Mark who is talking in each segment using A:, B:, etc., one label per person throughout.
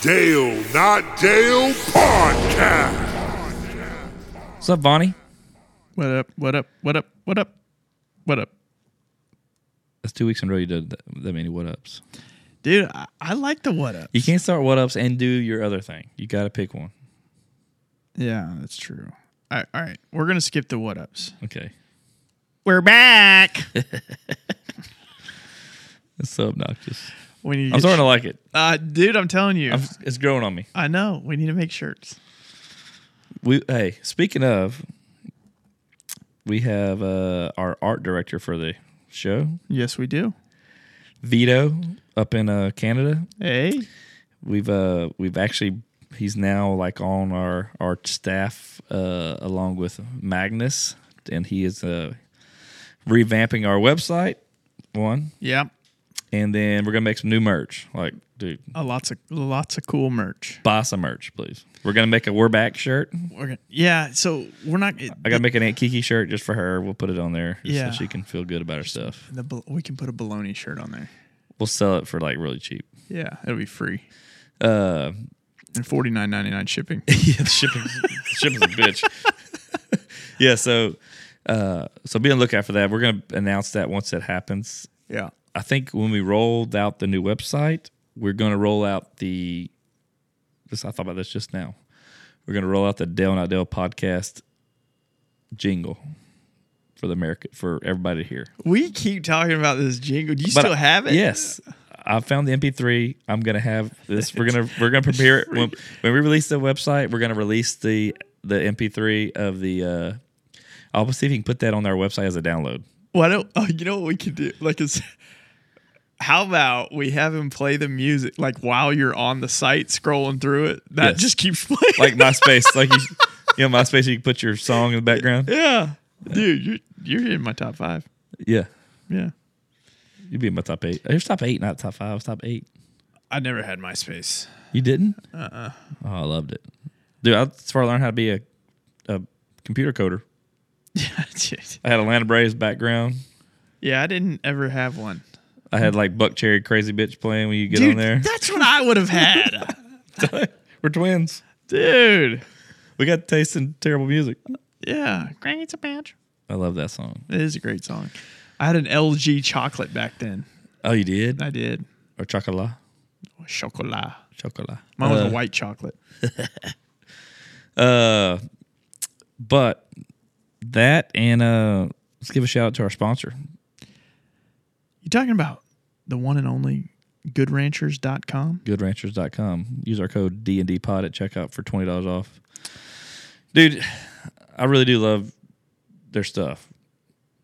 A: Dale Not Dale Podcast.
B: What's up, Bonnie?
C: What up? What up? What up? What up? What up?
B: That's two weeks in a row you did that, that many what ups.
C: Dude, I, I like the what up.
B: You can't start what ups and do your other thing. You got to pick one.
C: Yeah, that's true. All right, all right. We're gonna skip the what ups.
B: Okay.
C: We're back.
B: It's so obnoxious.
C: we need. To
B: I'm
C: get
B: starting to like it.
C: sh- uh, dude, I'm telling you.
B: I'm, it's growing on me.
C: I know. We need to make shirts.
B: We hey, speaking of, we have uh, our art director for the show,
C: Yes, we do.
B: Vito, up in uh, Canada.
C: Hey.
B: We've uh, we've actually he's now like on our our staff uh, along with Magnus, and he is uh, revamping our website. One
C: Yeah.
B: and then we're gonna make some new merch. Like, dude,
C: Uh, lots of lots of cool merch.
B: buy some merch, please. We're gonna make a we're back shirt.
C: We're gonna, yeah. So we're not.
B: I gotta make an Aunt Kiki shirt just for her. We'll put it on there just
C: Yeah.
B: so she can feel good about her stuff.
C: the, bal- we can put a bologna shirt on there.
B: We'll sell it for like really cheap.
C: Yeah, it'll be free
B: Uh,
C: and forty nine ninety nine shipping.
B: yeah, the shipping, the shipping's a bitch. yeah, so uh, so be on the lookout for that. We're gonna announce that once that happens.
C: yeah.
B: I think when we rolled out the new website, we're going to roll out the. This I thought about this just now. We're going to roll out the Dale Not Dale podcast jingle for the America for everybody to hear.
C: We keep talking about this jingle. Do you still
B: I-
C: have it?
B: Yes, I found the MP3. I'm going to have this. We're gonna we're gonna prepare it when, when we release the website. We're going to release the the MP3 of the. uh I'll see if you can put that on our website as a download.
C: Why don't oh, you know what we could do? Like, is how about we have him play the music like while you're on the site scrolling through it? That
B: Yes.
C: just keeps playing.
B: Like MySpace, like you, you know, MySpace, you can put your song in the background.
C: yeah, dude, you're you're in my top five.
B: Yeah.
C: Yeah,
B: You'd be in my top eight. It was top eight, not top five. It's top eight.
C: I never had MySpace.
B: You didn't? Uh
C: Uh-uh.
B: uh Oh, I loved it. Dude, I- that's where I learned how to be a, a computer coder.
C: Yeah, dude.
B: I had Atlanta Braves background.
C: yeah, I didn't ever have one.
B: I had like Buck Cherry Crazy Bitch playing when you get on there.
C: that's what I would have had,
B: We're twins.
C: dude.
B: We got taste in terrible music.
C: Yeah, Granny, it's a badge.
B: I love that song.
C: It is a great song. I had an LG chocolate back then.
B: Oh, you did?
C: I did
B: Or chocolat?
C: chocolat.
B: Chocolat.
C: Mine was
B: Uh,
C: a white chocolate.
B: Uh, but that and uh, let's give a shout out to our sponsor.
C: You talking about the one and only goodranchers.com?
B: goodranchers.com. Use our code D&D pod at checkout for $20 off. Dude, I really do love their stuff.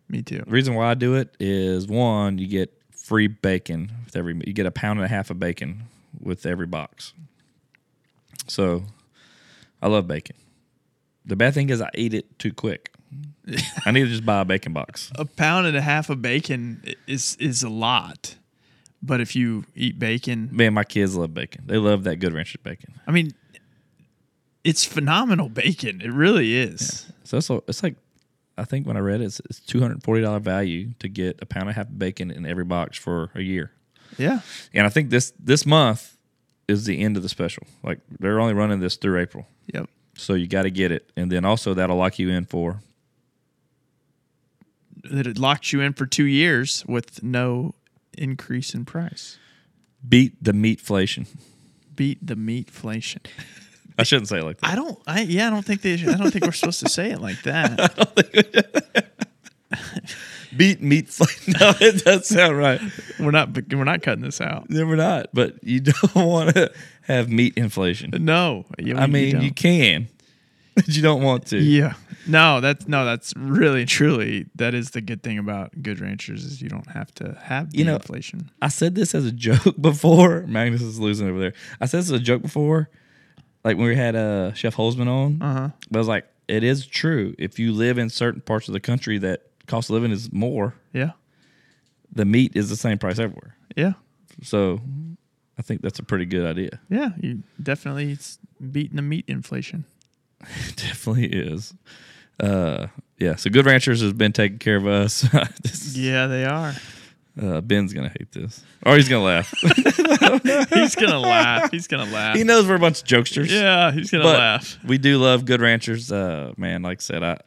C: Me too.
B: The reason why I do it is one, you get free bacon with every you get a pound and a half of bacon with every box. So, I love bacon. The bad thing is I eat it too quick. I need to just buy a bacon box.
C: A pound and a half of bacon i- is is a lot. But if you eat bacon,
B: Man, my kids love bacon. They love that Good Ranchers bacon.
C: I mean it's phenomenal bacon. It really is.
B: So it's, a- it's like, I think when I read it, it's, it's two hundred forty dollar value to get a pound and a half of bacon in every box for a year.
C: Yeah.
B: And I think this this month is the end of the special. Like they're only running this through April,
C: Yep.
B: so you got to get it. And then also that'll lock you in for
C: That it locked you in for two years with no increase in price.
B: beat the meatflation.
C: Beat the meatflation.
B: I shouldn't say it like that.
C: I don't I yeah, I don't think they I don't think we're supposed to say it like that.
B: Beat meatflation. No, it doesn't sound right.
C: We're not we're not cutting this out.
B: Then we're not. But you don't want to have meat inflation.
C: No. Yeah,
B: I
C: we- we
B: mean, you
C: don't.
B: can, but you don't want to.
C: Yeah. No, that's no, that's really truly that is the good thing about good ranchers is you don't have to have the
B: You know-
C: inflation.
B: I said this as a joke before. Magnus is losing over there. I said this as a joke before, like when we had uh, Chef Holzman on. Uh-huh. But I was like, it is true. If you live in certain parts of the country that cost of living is more,
C: Yeah.
B: the meat is the same price everywhere.
C: Yeah.
B: So I think that's a pretty good idea.
C: Yeah. You definitely it's beating the meat inflation.
B: It definitely is. Uh, yeah. So Good Ranchers has been taking care of us. This-
C: Yeah, they are.
B: Uh, Ben's gonna hate this, or he's gonna laugh.
C: He's gonna laugh. He's gonna laugh.
B: he knows we're a bunch of jokesters.
C: yeah, he's gonna
B: but
C: laugh.
B: we do love Good Ranchers. Uh, man, like I said, I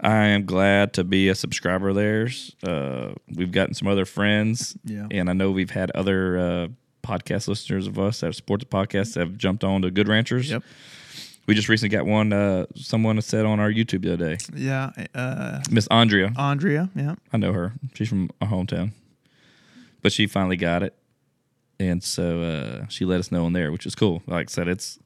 B: I am glad to be a subscriber of theirs. Uh, we've gotten some other friends,
C: Yeah.
B: and I know we've had other uh, podcast listeners of us that support the podcast that have jumped on to Good Ranchers.
C: Yep.
B: We just recently got one. Uh, someone said on our YouTube the other day,
C: Yeah. Uh,
B: Miss Andrea.
C: Andrea. Yeah.
B: I know her. She's from our hometown, but she finally got it, and so uh, she let us know on there, which is cool. Like I said, it's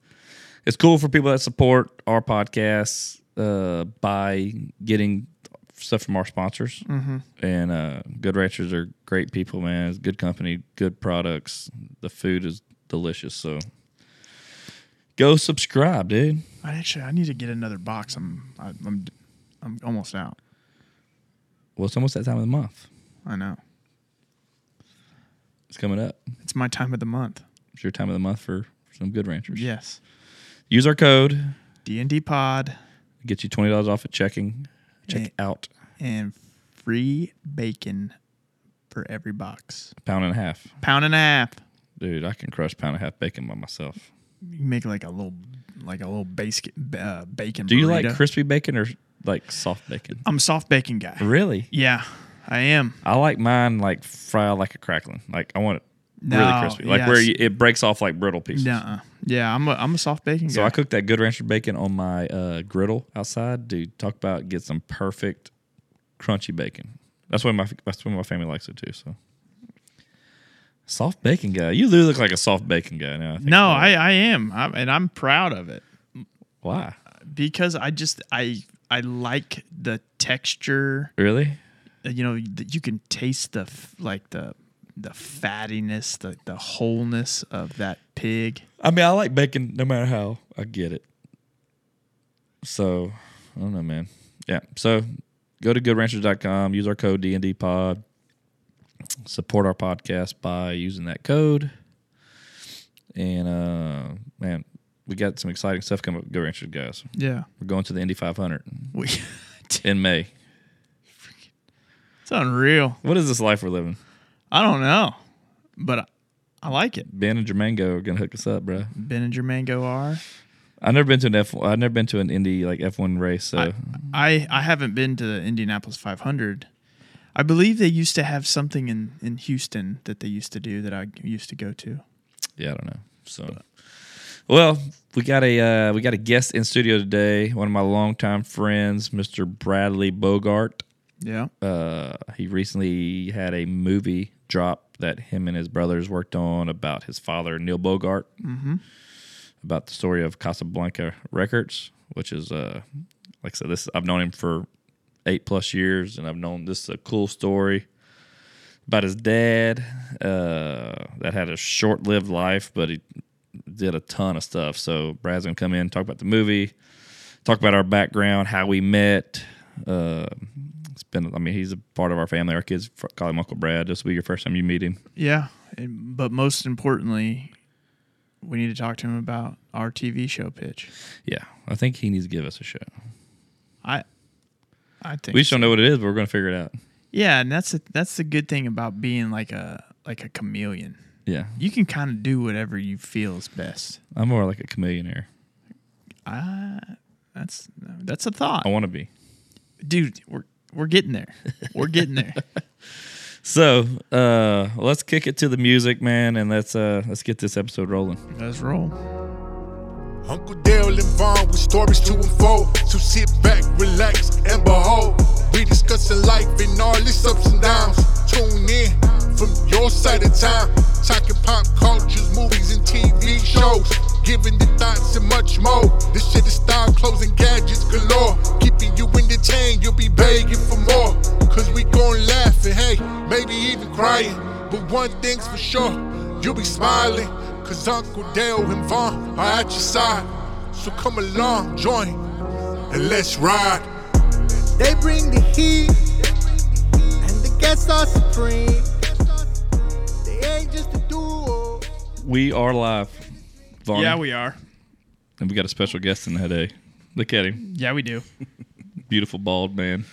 B: it's cool for people that support our podcasts uh, by getting stuff from our sponsors. Mm-hmm. And uh, Good Ranchers are great people, man. It's good company, good products. The food is delicious, so go subscribe, dude.
C: I actually, I need to get another box. I'm, I, I'm, I'm almost out.
B: Well, it's almost that time of the month.
C: I know.
B: It's coming up.
C: It's my time of the month.
B: It's your time of the month for some Good Ranchers.
C: Yes.
B: Use our code.
C: D and D Pod
B: get you twenty dollars off at checking. Check
C: Yeah.
B: out
C: and free bacon for every box.
B: pound and a half,
C: Pound and a half.
B: dude. I can crush pound and a half bacon by myself.
C: You can make like a little, like a little basic uh, bacon.
B: Do you like
C: burrito.
B: crispy bacon or like soft bacon?
C: I'm a soft bacon guy.
B: Really,
C: Yeah, I am.
B: I like mine like fried like a crackling. Like I want it really
C: No,
B: crispy, like where
C: yes.
B: you, it breaks off like brittle pieces.
C: Nuh-uh. Yeah, I'm a, I'm a soft bacon
B: So
C: guy.
B: I cooked that good rancher bacon on my uh, griddle outside. Dude, talk about get some perfect crunchy bacon. That's why my that's why my family likes it too. So soft bacon guy, you do look like a soft bacon guy now. I think
C: no,
B: about
C: I,
B: it.
C: I am, I, and I'm proud of it
B: why
C: because I just I I like the texture.
B: really.
C: You know, that you can taste the f- like the the fattiness, the the wholeness of that pig.
B: I mean, I like bacon no matter how. I get it. So, I don't know, man. Yeah. So, go to goodranchers.com, use our code D&D pod. Support our podcast by using that code. And uh man, we got some exciting stuff coming up with Good Ranchers guys.
C: Yeah,
B: We're going to the Indy 500
C: we,
B: in May.
C: it's unreal.
B: What is this life we're living?
C: I don't know, but I, I like it.
B: Ben and Jermango are going to hook us up, bro.
C: Ben and Jermango are.
B: I've never been to an F I've never been to an Indy like F1 race, so
C: I I haven't been to the Indianapolis 500. I believe they used to have something in in Houston that they used to do that I used to go to.
B: Yeah, I don't know. So, well, we got a uh, we got a guest in studio today. One of my longtime friends, Mr. Bradley Bogart.
C: Yeah.
B: Uh, he recently had a movie drop that him and his brothers worked on about his father, Neil Bogart, mm-hmm. about the story of Casablanca Records, which is uh, like I said, this I've known him for eight plus years, and I've known this is a cool story about his dad uh, that had a short-lived life, but he did a ton of stuff. So Brad's gonna come in talk about the movie, talk about our background, how we met. Uh, it's been, I mean, he's a part of our family. Our kids fr- call him Uncle Brad. This will be your first time you meet him.
C: Yeah. And, but most importantly, we need to talk to him about our TV show pitch.
B: Yeah, I think he needs to give us a show.
C: I I think
B: We just don't know what it is, but we're gonna figure it out.
C: Yeah, and that's the that's the good thing about being like a like a chameleon.
B: Yeah,
C: You can kind of do whatever you feel is best.
B: I'm more like a chameleonaire.
C: I that's that's a
B: I
C: thought.
B: want to be.
C: Dude, we're we're getting there. We're getting there.
B: So uh, let's kick it to the music, man, and let's uh, let's get this episode rolling.
C: Let's roll.
A: Uncle Dale and Vaughn with stories to unfold. So sit back, relax, and behold. We discussing life and all its ups and downs. Tune in from your side of town. Talking pop cultures, movies, and TV shows. Giving the thoughts and much more. This shit is style, clothes, and gadgets galore. Keeping you entertained, you'll be begging for more. Cause we gon' laugh and hey, maybe even crying. But one thing's for sure. You'll be smiling, cause Uncle Dale and Vaughn are at your side. So come along, join, and let's ride.
D: They bring the heat, and the guests are supreme. They ain't just a duo.
B: We are live, Vaughn.
C: Yeah, we are.
B: and we got a special guest in the head. eh? Look at him,
C: Yeah, we do.
B: beautiful bald man,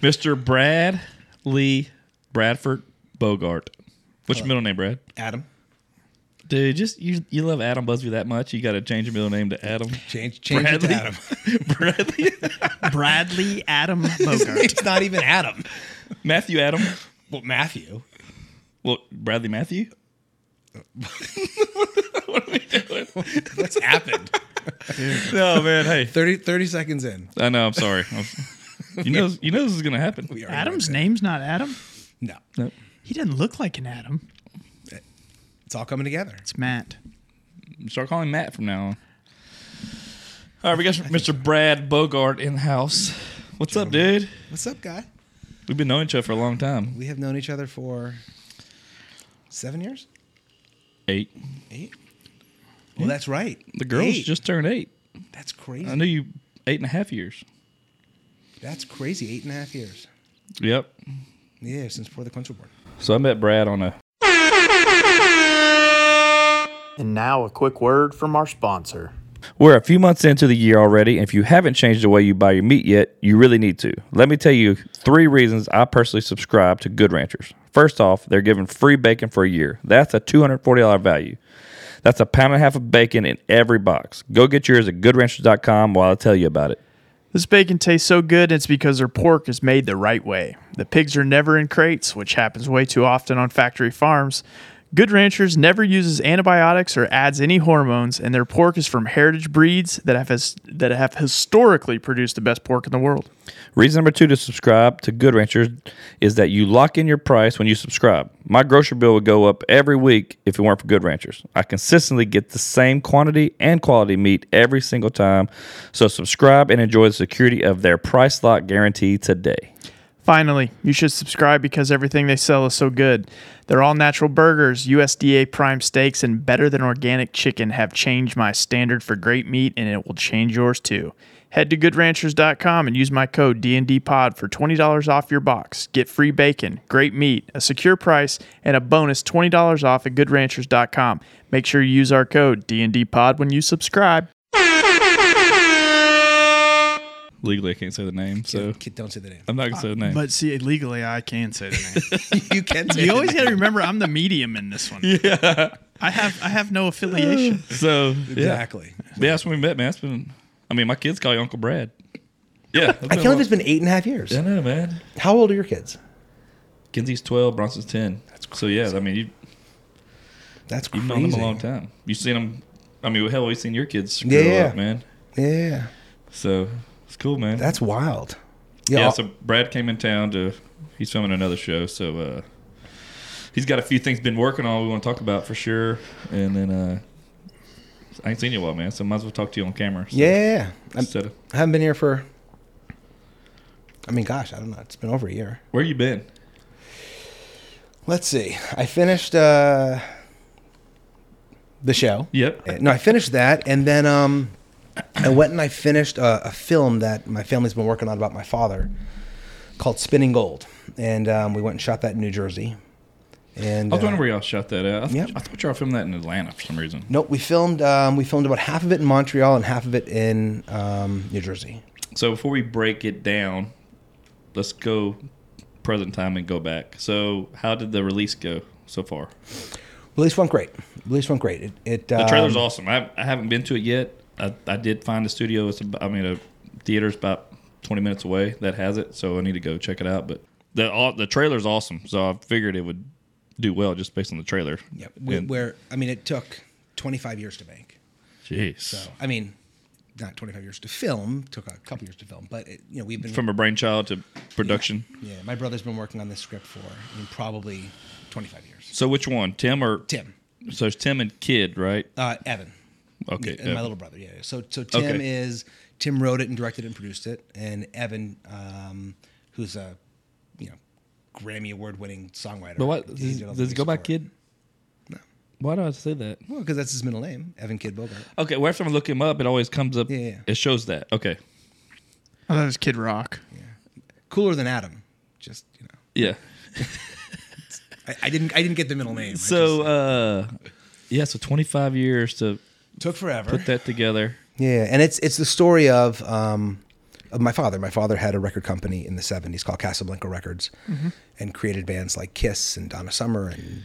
B: Mr. Brad Lee Bradford Bogart. What's your middle name, Brad?
E: Uh, Adam,
B: Dude, just you you love Adam Busby that much, you got to change your middle name to Adam
E: change change it
B: Bradley?
E: to Adam.
B: Bradley
C: Bradley Adam Bogart.
E: it's not even Adam.
B: Matthew Adam.
E: Well, Matthew.
B: Well, Bradley Matthew.
E: What's happened?
B: No man, hey,
E: 30, 30 seconds in.
B: I know. I'm sorry. I'm- you know, you know this is gonna happen.
E: We are
C: Adam's name's not Adam.
E: No,
B: Nope.
C: He doesn't look like an Adam.
E: it's all coming together.
C: It's Matt.
B: Start calling Matt from now on. All right, we got Mr. Brad Bogart in the house. What's up, dude?
E: What's up, guy?
B: We've been knowing each other for a long time.
E: We have known each other for seven years,
B: Eight.
E: eight. Well, that's right.
B: The girls
E: Eight.
B: just turned eight.
E: that's
B: I
E: crazy.
B: knew you eight and a half years.
E: That's crazy. Eight and a half years.
B: Yep.
E: Yeah, since before the country board.
B: So I met Brad on a
F: And now a quick word from our sponsor.
B: We're a few months into the year already, and if you haven't changed the way you buy your meat yet, you really need to. Let me tell you three reasons I personally subscribe to Good Ranchers. First off, they're giving free bacon for a year. That's a $240 value. That's a pound and a half of bacon in every box. Go get yours at goodranchers.com while I tell you about it.
C: This bacon tastes so good, it's because their pork is made the right way. The pigs are never in crates, which happens way too often on factory farms. Good Ranchers never uses antibiotics or adds any hormones, and their pork is from heritage breeds that have, his, that have historically produced the best pork in the world.
B: Reason number two to subscribe to Good Ranchers is that you lock in your price when you subscribe. My grocery bill would go up every week if it weren't for Good Ranchers. I consistently get the same quantity and quality meat every single time. So subscribe and enjoy the security of their price lock guarantee today.
C: Finally, you should subscribe because everything they sell is so good. Their all natural burgers, USDA prime steaks, and better than organic chicken have changed my standard for great meat, and it will change yours too. Head to goodranchers.com and use my code DNDPOD for $20 off your box. Get free bacon, great meat, a secure price, and a bonus $20 off at goodranchers.com. Make sure you use our code DNDPOD when you subscribe.
B: Legally, I can't say the name, so
E: Kid, don't say the name.
B: I'm not gonna say the name.
C: see, legally, I can say the name.
E: you can say.
C: You
E: the
C: always
E: name.
C: got to remember I'm the medium in this one. Yeah. I have I have no affiliation.
B: so yeah,
E: exactly.
B: yeah, that's when we met, man. It's been, I mean, my kids call you Uncle Brad. Yeah,
E: I can't believe it's been eight and a half years.
B: I know, man.
E: How old are your kids?
B: Kinsey's twelve, Bronson's ten. That's so yeah. I mean, you
E: That's
B: You've
E: crazy.
B: known them a long time. You've seen them. I mean, hell, we've seen your kids grow
E: Yeah, yeah.
B: up, man.
E: Yeah,
B: So it's cool, man.
E: that's wild.
B: yeah.
E: I'll-
B: So Brad came in town to. He's filming another show, so uh, he's got a few things been working on. We want to talk about for sure, and then uh, I ain't seen you in a while, man. So might as well talk to you on camera. So
E: yeah. I'm,
B: Instead of,
E: I haven't been here for. I mean, gosh, I don't know. It's been over a year.
B: where you been?
E: Let's see. I finished uh, the show.
B: Yep.
E: No, I finished that, and then um, I went and I finished a, a film that my family's been working on about my father, called Spinning Gold, and um, we went and shot that in New Jersey. And
B: I was
E: uh,
B: wondering where y'all shot that at. I, th-
E: Yep.
B: I thought y'all filmed that in Atlanta for some reason.
E: Nope, we filmed um, we filmed about half of it in Montreal and half of it in um, New Jersey.
B: So before we break it down, let's go present time and go back. So how did the release go so far?
E: Release went great. Release went great. It, it
B: The trailer's
E: um,
B: awesome. I, I haven't been to it yet. I, I did find a studio. It's about, I mean, a theater's about 20 minutes away that has it, so I need to go check it out. But the all, the trailer's awesome, so I figured it would do well just based on the trailer.
E: yeah, we,
B: And-
E: where I mean, it took 25 years to make.
B: Jeez.
E: So I mean, not 25 years to film. Took a couple years to film, but it, you know we've been
B: From a brainchild to production.
E: Yeah, my brother's been working on this script for I mean, probably 25 years.
B: So which one, Tim or
E: Tim,
B: So it's Tim and Kid, right?
E: uh, Evan,
B: Okay.
E: and my
B: uh,
E: little brother. Yeah. yeah. So so Tim
B: Okay.
E: is Tim wrote it and directed and produced it, and Evan, um, who's a you know Grammy award winning songwriter.
B: But what
E: he
B: does,
E: did all the
B: does it go
E: music
B: by
E: for
B: Kid? No. Why do I say that?
E: Well, because that's his middle name, Evan Kid Bogart.
B: Okay, well, every time I look him up, it always comes up.
E: Yeah, yeah.
B: It shows that. Okay.
C: I thought it was Kid Rock.
E: Cooler than Adam. Just you know,
B: Yeah.
E: I, I didn't I didn't get the middle name. I
B: So,
E: just-
B: uh, yeah, so 25 years to
E: took forever.
B: put that together.
E: Yeah, and it's it's the story of um, of my father. My father had a record company in the 70s called Casablanca Records and created bands like Kiss and Donna Summer and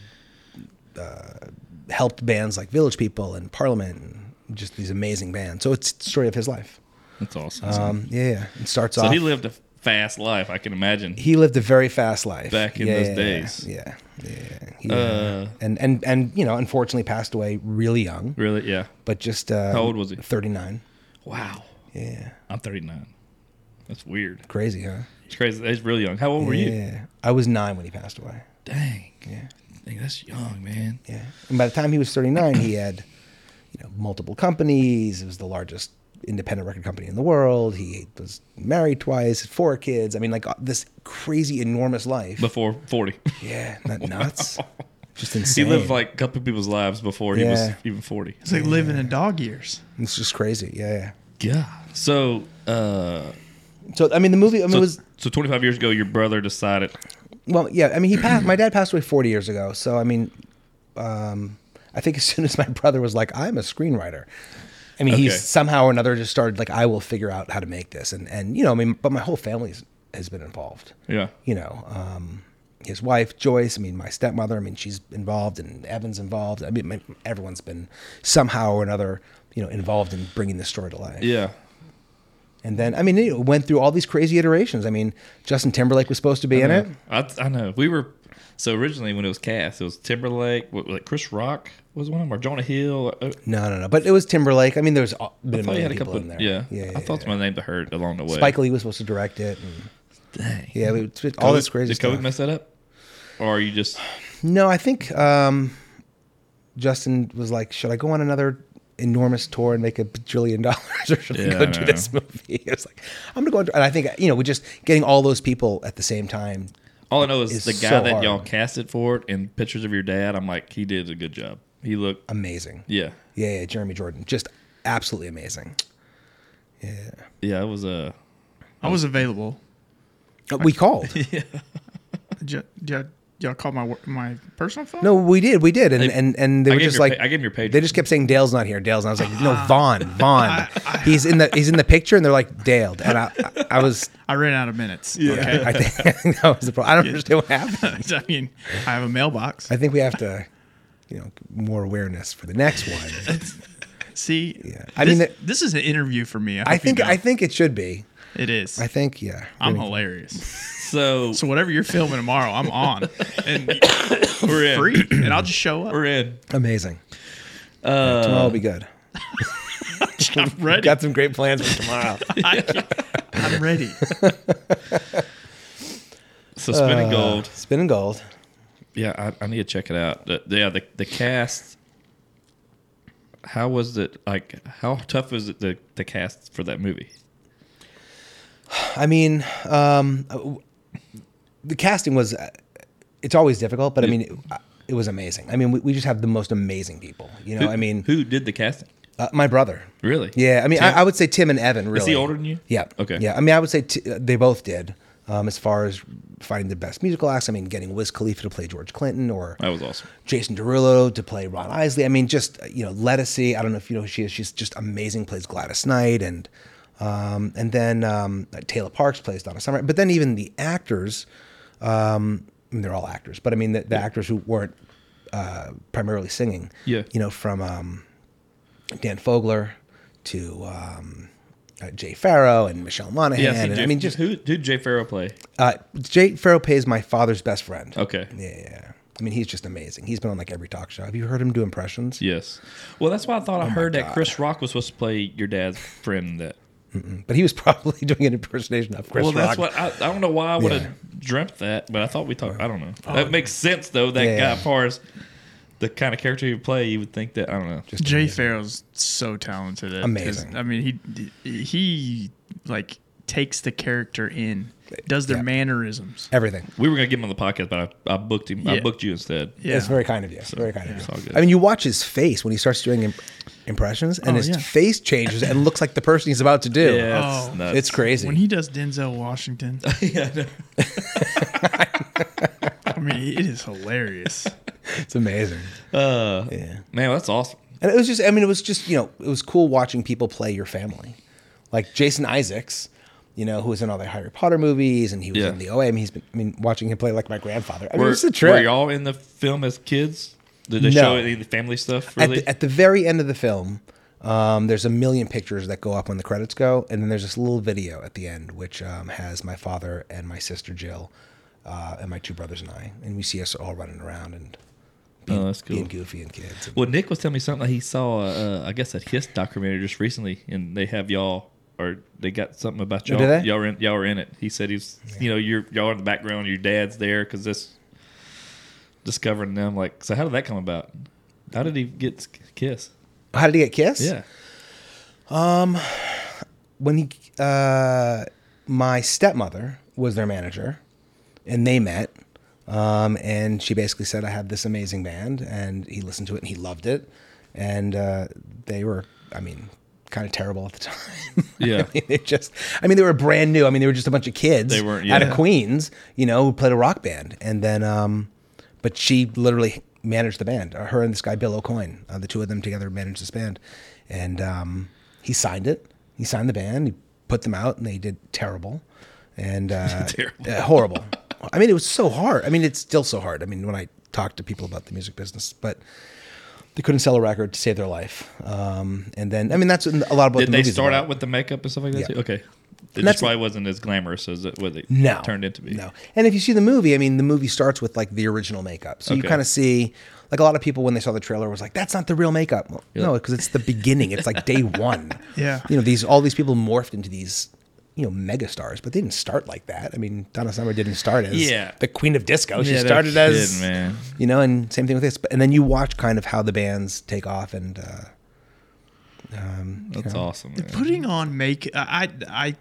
E: uh, helped bands like Village People and Parliament and just these amazing bands. So it's the story of his life.
B: That's awesome.
E: Um, yeah, yeah. It starts
B: so
E: off.
B: he lived a fast life, I can imagine.
E: he lived a very fast life
B: Back in
E: Yeah,
B: those
E: yeah,
B: days.
E: Yeah, yeah, yeah. He,
B: Uh,
E: and and and you know, unfortunately, passed away really young.
B: Really? Yeah.
E: But just uh,
B: How old was he?
E: Thirty nine.
B: Wow.
E: Yeah,
B: I'm 39. That's weird.
E: crazy, huh?
B: It's crazy. That's really young. How old were you?
E: Yeah, I was nine when he passed away.
B: Dang. Dang, that's young, man.
E: Yeah, and by the time he was thirty nine, he had you know multiple companies. It was the largest independent record company in the world. He was married twice, four kids. I mean, like uh, this crazy enormous life.
B: Before 40.
E: yeah, not nuts. Just
B: he
E: insane.
B: lived like a couple people's lives before he was
E: Yeah.
B: even 40.
C: It's like living in dog years.
E: It's just crazy. Yeah, yeah.
B: Yeah. So, uh,
E: So I mean, the movie. I mean,
B: so,
E: it was
B: so 25 years ago, your brother decided.
E: well, yeah. I mean, he passed. My dad passed away forty years ago. So I mean, um, I think as soon as my brother was like, "I'm a screenwriter," I mean, he
B: Okay.
E: somehow or another just started like, "I will figure out how to make this," and and you know, I mean, but my whole family has been involved.
B: Yeah.
E: You know, um, his wife Joyce. I mean, my stepmother. I mean, she's involved, and Evan's involved. I mean, my, everyone's been somehow or another, you know, involved in bringing this story to life.
B: Yeah.
E: And then, I mean, it went through all these crazy iterations. I mean, Justin Timberlake was supposed to be in it.
B: I, I know. We were. So originally, when it was cast, it was Timberlake, what, like Chris Rock was one of them, or Jonah Hill. Uh,
E: No, no, no. But it was Timberlake. I mean, there was a- been
B: I
E: a
B: thought
E: million
B: he had a
E: people
B: couple.
E: in there.
B: yeah.
E: yeah.
B: I thought my name heard along the way.
E: Spike Lee was supposed to direct it. And
B: Dang.
E: yeah, we, it's- all this
B: COVID-
E: crazy
B: Did COVID
E: stuff.
B: mess that up? Or are you just
E: no, I think um, Justin was like, "Should I go on another enormous tour and make a bajillion dollars, or should
B: Yeah,
E: I go
B: I
E: do
B: know.
E: this movie?" It was like, "I'm gonna go." on tour." And I think you know, we just getting all those people at the same time.
B: all I know is
E: It's
B: the guy
E: so
B: that
E: hard.
B: y'all casted for it and pictures of your dad. I'm like, he did a good job. He looked,
E: Amazing.
B: yeah,
E: Yeah, yeah, Jeremy Jordan, just absolutely amazing.
B: yeah. It was a
C: I was available.
E: Uh, We called.
C: Did y- did y'all, y'all call my wor- my personal phone?
E: No, we did, we did, and and, and they
B: I
E: were
B: gave
E: just
B: your
E: like
B: pa- I gave him your page.
E: They just kept saying Dale's not here. Dale's, and I was like, no, Vaughn, Vaughn, he's in the he's in the picture, and they're like Dale, and I I, I was
C: I ran out of minutes.
E: I think that was the problem. I don't understand what happened.
C: Okay. I mean, I have a mailbox.
E: I think we have to, you know, more awareness for the next one.
C: See,
E: Yeah. I
C: this-
E: mean, the-
C: this is an interview for me. I,
E: I
C: hope you
E: think
C: know.
E: I think it should be.
C: it is.
E: I think yeah.
C: I'm hilarious.
B: so,
C: So whatever you're filming tomorrow, I'm on and
B: we're in.
C: free, and I'll just show up.
B: We're in.
E: amazing. Uh, tomorrow will be good.
C: I'm ready.
E: Got some great plans for tomorrow.
C: I'm ready.
B: So spinning
E: Uh,
B: gold.
E: Spinning gold.
B: Yeah, I, I need to check it out. The, yeah, the the cast. How was it? Like, how tough was it the the cast for that movie?
E: I mean, um, the casting was, uh, it's always difficult, but I mean, it, it was amazing. I mean, we, we just have the most amazing people. You know,
B: Who-
E: Oh, I mean,
B: who did the casting?
E: uh, my brother.
B: Really?
E: Yeah, I mean,
B: Tim?
E: I, I would say Tim and Evan. Really,
B: he older than you?
E: Yeah.
B: Okay.
E: Yeah, I mean, I would say t- uh, they both did. Um, as far as finding the best musical acts, I mean, getting Wiz Khalifa to play George Clinton or
B: that was awesome.
E: Jason Derulo to play Ron Isley. I mean, just you know, Letticy. I don't know if you know who she is. She's just amazing. Plays Gladys Knight, and um, and then um, Taylor Parks plays Donna Summer. But then even the actors, um, I mean, they're all actors. But I mean, the, the actors who weren't uh, primarily singing.
B: Yeah.
E: You know, from um, Dan Fogler to um, uh, Jay Farrow and Michelle Monaghan.
B: Yeah, see,
E: and,
B: Jay-
E: I mean, just
B: who did Jay Farrow play?
E: uh, Jay Farrow plays my father's best friend.
B: Okay.
E: Oh, Yeah. I mean, he's just amazing. He's been on like every talk show. Have you heard him do impressions?
B: Yes. Well, that's why I
E: Oh
B: thought I heard that Chris Rock was supposed to play your dad's friend. That.
E: But he was probably doing an impersonation of Chris
B: well,
E: Rock.
B: that's what I, I don't know why I would have
E: Yeah. Oh.
B: dreamt that, but I thought we talked. I don't know. that makes sense though. That
E: Yeah.
B: guy, as far as the kind of character you play, you would think that I don't know. Just
C: Jay Farrell's so talented. At his-
E: Amazing.
C: I mean, he he like takes the character in, does their
E: Yeah.
C: mannerisms.
E: Everything.
B: we were gonna get him on the podcast, but I, I booked him. I
C: Yeah.
B: booked you instead.
C: Yeah,
E: It's very kind of you. very kind
B: it's all
E: of you.
B: good.
E: I mean, you watch his face when he starts doing imp- impressions, and
C: Oh,
E: his
C: yeah.
E: face changes and looks like the person he's about to do.
B: Yeah,
C: Oh.
B: it's nuts.
E: It's crazy.
C: when he does Denzel Washington.
B: yeah, I know.
C: I mean, it is hilarious.
E: it's amazing.
B: Uh,
E: Yeah.
B: man, that's awesome.
E: And it was just, I mean, it was just, you know, it was cool watching people play your family. Like Jason Isaacs you know, who was in all the Harry Potter movies and he was
B: Yeah.
E: in the OA. I mean, he's been, I mean, watching him play like my grandfather. I mean,
B: Were,
E: it's a
B: were
E: trip.
B: y'all in the film as kids? Did they
E: No.
B: show any of the family stuff? Really?
E: At, the, at the very end of the film, um, there's a million pictures that go up when the credits go, and then there's this little video at the end which um, has my father and my sister Jill uh, and my two brothers and I, and we see us all running around and being,
B: oh, that's cool.
E: being goofy and kids.
B: Well, Nick was telling me something that he saw. Uh, I guess a his documentary just recently, and they have y'all or they got something about
E: Oh,
B: y'all.
E: did they?
B: Y'all were in, y'all were in it. He said he's you know you're y'all are in the background. Your dad's there because this discovering them. Like, so how did that come about? How did he get s- kiss?
E: How did he get kissed?
B: Yeah,
E: when he uh, my stepmother was their manager and they met um, and she basically said i have this amazing band and he listened to it and he loved it and uh, they were i mean kind of terrible at the time
B: Yeah.
E: I mean, they just i mean they were brand new i mean they were just a bunch of kids
B: They weren't-
E: out of
B: yeah.
E: queens you know who played a rock band and then um, but she literally managed the band Uh, her and this guy bill o'coin uh, the two of them together managed this band and um, he signed it he signed the band he put them out and they did terrible and uh,
B: Terrible.
E: uh, horrible i mean it was so hard i mean it's still so hard i mean when i talk to people about the music business but they couldn't sell a record to save their life um, and then i mean that's a lot of what
B: did
E: the
B: they
E: movie's
B: start
E: about.
B: out with the makeup and stuff like that?
E: Yeah.
B: Too? Okay, it
E: that's-
B: just probably wasn't as glamorous as it what it
E: no
B: turned into be.
E: no and if you see the movie i mean the movie starts with like the original makeup so you
B: Okay.
E: kind of see like a lot of people when they saw the trailer was like that's not the real makeup well, no because it's the beginning it's like day one
C: Yeah.
E: you know these all these people morphed into these you know megastars but they didn't start like that i mean donna summer didn't start as
B: Yeah.
E: the queen of disco she
B: Yeah, no
E: started as
B: kidding, man.
E: you know and same thing with this But- and then you watch kind of how the bands take off and uh
B: That's awesome. man.
C: Putting on make I I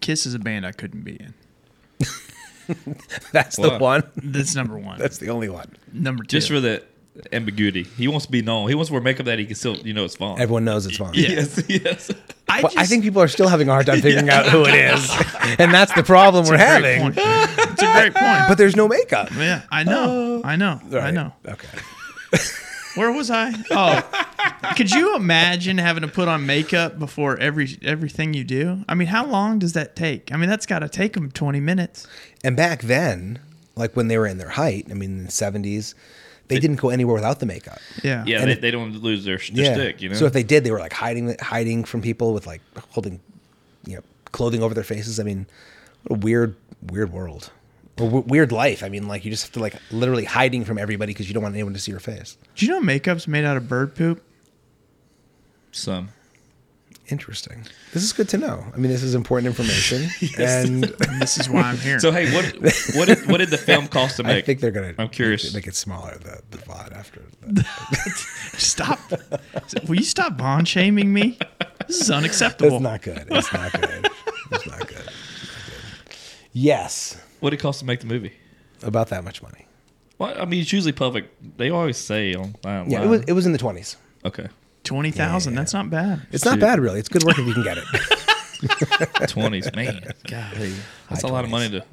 C: Kiss is a band I couldn't be in.
E: that's the
B: Wow.
E: one
C: That's number one.
E: that's the only one
C: number two.
B: Just for the ambiguity, he wants to be known. He wants to wear makeup that he can still you know it's Vaughn.
E: everyone knows it's fun
B: Yes, yes.
C: I,
E: Well, I
C: just-
E: think people are still having a hard time figuring out who it is, and that's the problem we're
C: Great
E: having.
C: point. It's a great point.
E: But there's no makeup.
C: yeah, I know. I know. I
E: Right.
C: know.
E: Okay.
C: Where was I? Oh, could you imagine having to put on makeup before every everything you do? I mean, how long does that take? I mean, that's got to take them twenty minutes.
E: And back then, like when they were in their height, I mean, in the 70s, they didn't go anywhere without the makeup.
C: Yeah.
B: Yeah, they, they don't lose their, their stick, you know.
E: So if they did, they were like hiding hiding from people with like holding, you know, clothing over their faces. I mean, what a weird, weird world. A w- weird life. I mean, like you just have to like literally hiding from everybody because you don't want anyone to see your face.
C: Do you know makeup's made out of bird poop?
B: Some.
E: Interesting. This is good to know. I mean, this is important information. And
C: And this is why I'm here.
B: So hey, what what did, what did the film cost to
E: I
B: make?
E: think they're gonna.
B: I'm curious.
E: Make it smaller the the VOD after. The,
C: stop. Will you stop bond shaming me? This is unacceptable.
E: it's not good. It's not good. It's not good. It's not good. Yes,
B: What did it cost to make the movie?
E: about that much money.
B: Well, I mean, it's usually public. They always say on. online.
E: Yeah, it was it was in the twenties.
B: okay.
C: Twenty thousand. That's not bad.
E: It's not bad really. It's good work if you can get it.
B: Twenties, man. Golly, that's
E: High
B: a lot of money to.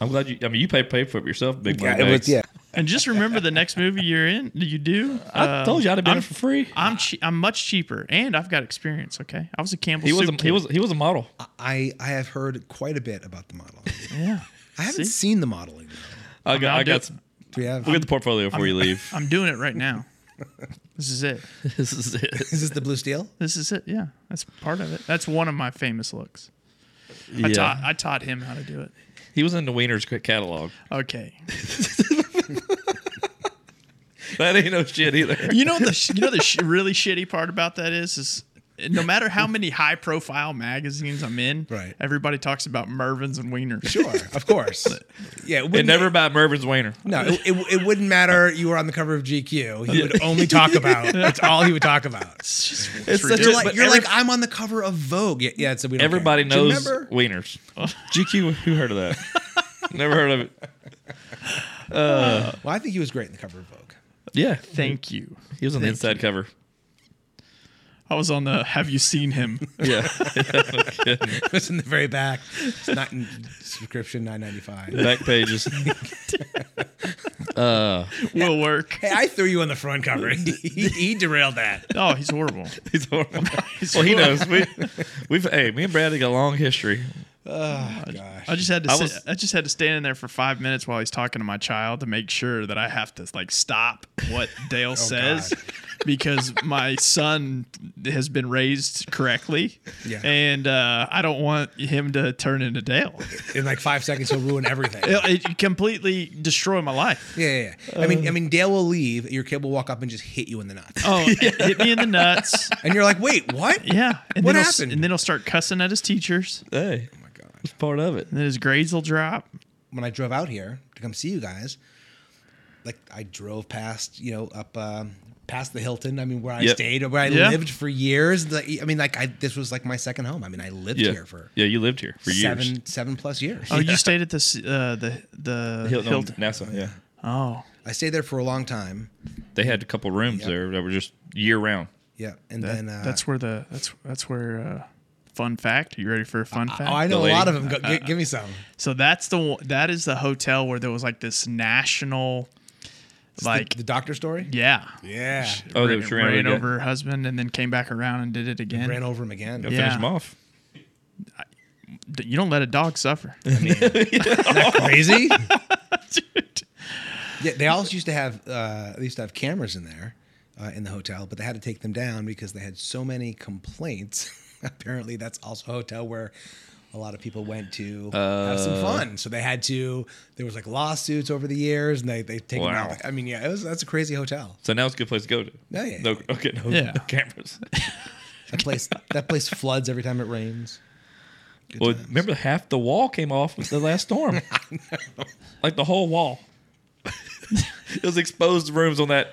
B: I'm glad you. I mean, you paid paid for it yourself. Big
E: yeah,
B: money.
E: it was.
B: bags.
E: Yeah,
C: And just remember, the next movie you're in, you do. uh,
B: I told you I'd have been
C: I'm-
B: it for free.
C: I'm che- I'm much cheaper, and I've got experience. Okay, I was a Campbell.
B: He was
C: soup
B: a, he
C: kid.
B: was he was a model.
E: I I have heard quite a bit about the modeling.
C: Yeah.
E: I haven't
C: See?
E: seen the modeling. Though.
B: I got I
C: I'll do-
B: got. Some,
E: Do we have?
B: we get the portfolio before you leave.
C: I'm doing it right now. This is it.
B: this is it.
E: Is this the blue steel?
C: This is it. Yeah, that's part of it. That's one of my famous looks. I
B: Yeah.
C: taught I taught him how to do it.
B: He was in the Wiener's catalog.
C: Okay.
B: That ain't no shit either.
C: You know what the sh- you know the sh- really shitty part about that is is no matter how many high profile magazines I'm in,
E: Right.
C: Everybody talks about Mervins and Wieners.
E: Sure, of course. Yeah,
B: And never by Mervin's Wiener.
E: No, it, it, it wouldn't matter. You were on the cover of GQ. He would only talk about. That's all he would talk about.
C: It's just
B: It's such
E: You're
B: a-
E: like
B: but
E: you're
B: every-
E: like I'm on the cover of Vogue. Yeah, yeah so we don't
B: Everybody
E: care. Do you
B: knows
E: remember?
B: wieners. GQ, who heard of that? Never heard of it.
E: Well, I think he was great in the cover of Vogue.
B: Yeah,
C: thank you.
B: he was on the inside cover.
C: I was on the Have you seen him?
B: Yeah,
E: It was in the very back. It's not in subscription nine ninety five.
B: back pages.
C: Will work.
E: Hey, I threw you on the front cover. he, he derailed that.
C: Oh, he's horrible.
B: He's horrible. well, he knows. We, we've hey, me and Brad got a long history.
E: Oh,
C: I just had to
B: I
C: sit,
B: was-
C: I just had to stand in there for five minutes while he's talking to my child to make sure that I have to like stop what Dale says because my son has been raised correctly,
E: Yeah.
C: and uh, I don't want him to turn into Dale.
E: In like five seconds, he'll ruin everything. Yeah,
C: It, it completely destroy my life.
E: yeah, yeah. I mean, I mean, Dale will leave. Your kid will walk up and just hit you in the nuts,
C: Oh, it hit me in the nuts.
E: and you're like, "Wait, what?
C: Yeah, and
E: What
C: then he'll-
E: happened?
C: And then he'll start cussing at his teachers.
B: Hey,
E: Oh my god!
B: it's part of it.
C: And then his grades will drop.
E: when I drove out here to come see you guys, like I drove past, you know, up um, past the Hilton. I mean, where I
B: Yep.
E: stayed, where I
C: Yeah.
E: lived for years. Like, I mean, like I this was like my second home. I mean, I lived
B: Yeah,
E: here for
B: yeah, you lived here for years.
E: seven seven plus years.
C: Oh, you stayed at this uh, the the
B: Hilton,
C: Hilton.
B: NASA. Yeah,
C: Oh,
E: I stayed there for a long time.
B: they had a couple rooms there that were just year round.
E: Yeah, and
C: That-
E: then uh,
C: that's where the that's that's where uh, fun fact. You ready for a fun fact?
E: Oh, I know
B: the
E: a lot
B: lady.
E: of them. Go, gi-
C: Uh,
E: give me some.
C: so that's the one- that is the hotel where there was like this national, like
E: the, the doctor story.
C: yeah,
E: Yeah,
B: Oh, they
C: ran,
B: were trying to
C: ran
B: get-
C: over her husband and then came back around and did it again.
E: ran over him again.
B: Gotta
C: Yeah.
B: Finish them off.
C: D- you don't let a dog suffer.
E: Crazy. Yeah, they also used to have uh, they used to have cameras in there uh, in the hotel, but they had to take them down because they had so many complaints. Apparently, that's also a hotel where a lot of people went to have some fun. So they had to. There was like lawsuits over the years, and they they take them
B: Wow.
E: out. I mean, yeah, it was that's a crazy hotel.
B: So now it's a good place to go to.
E: Yeah, yeah,
B: No, okay, no,
C: Yeah.
B: no cameras.
E: That place that place floods every time it rains. Good
B: well,
E: times.
B: remember half the wall came off with the last storm. Like the whole wall. it was exposed rooms on that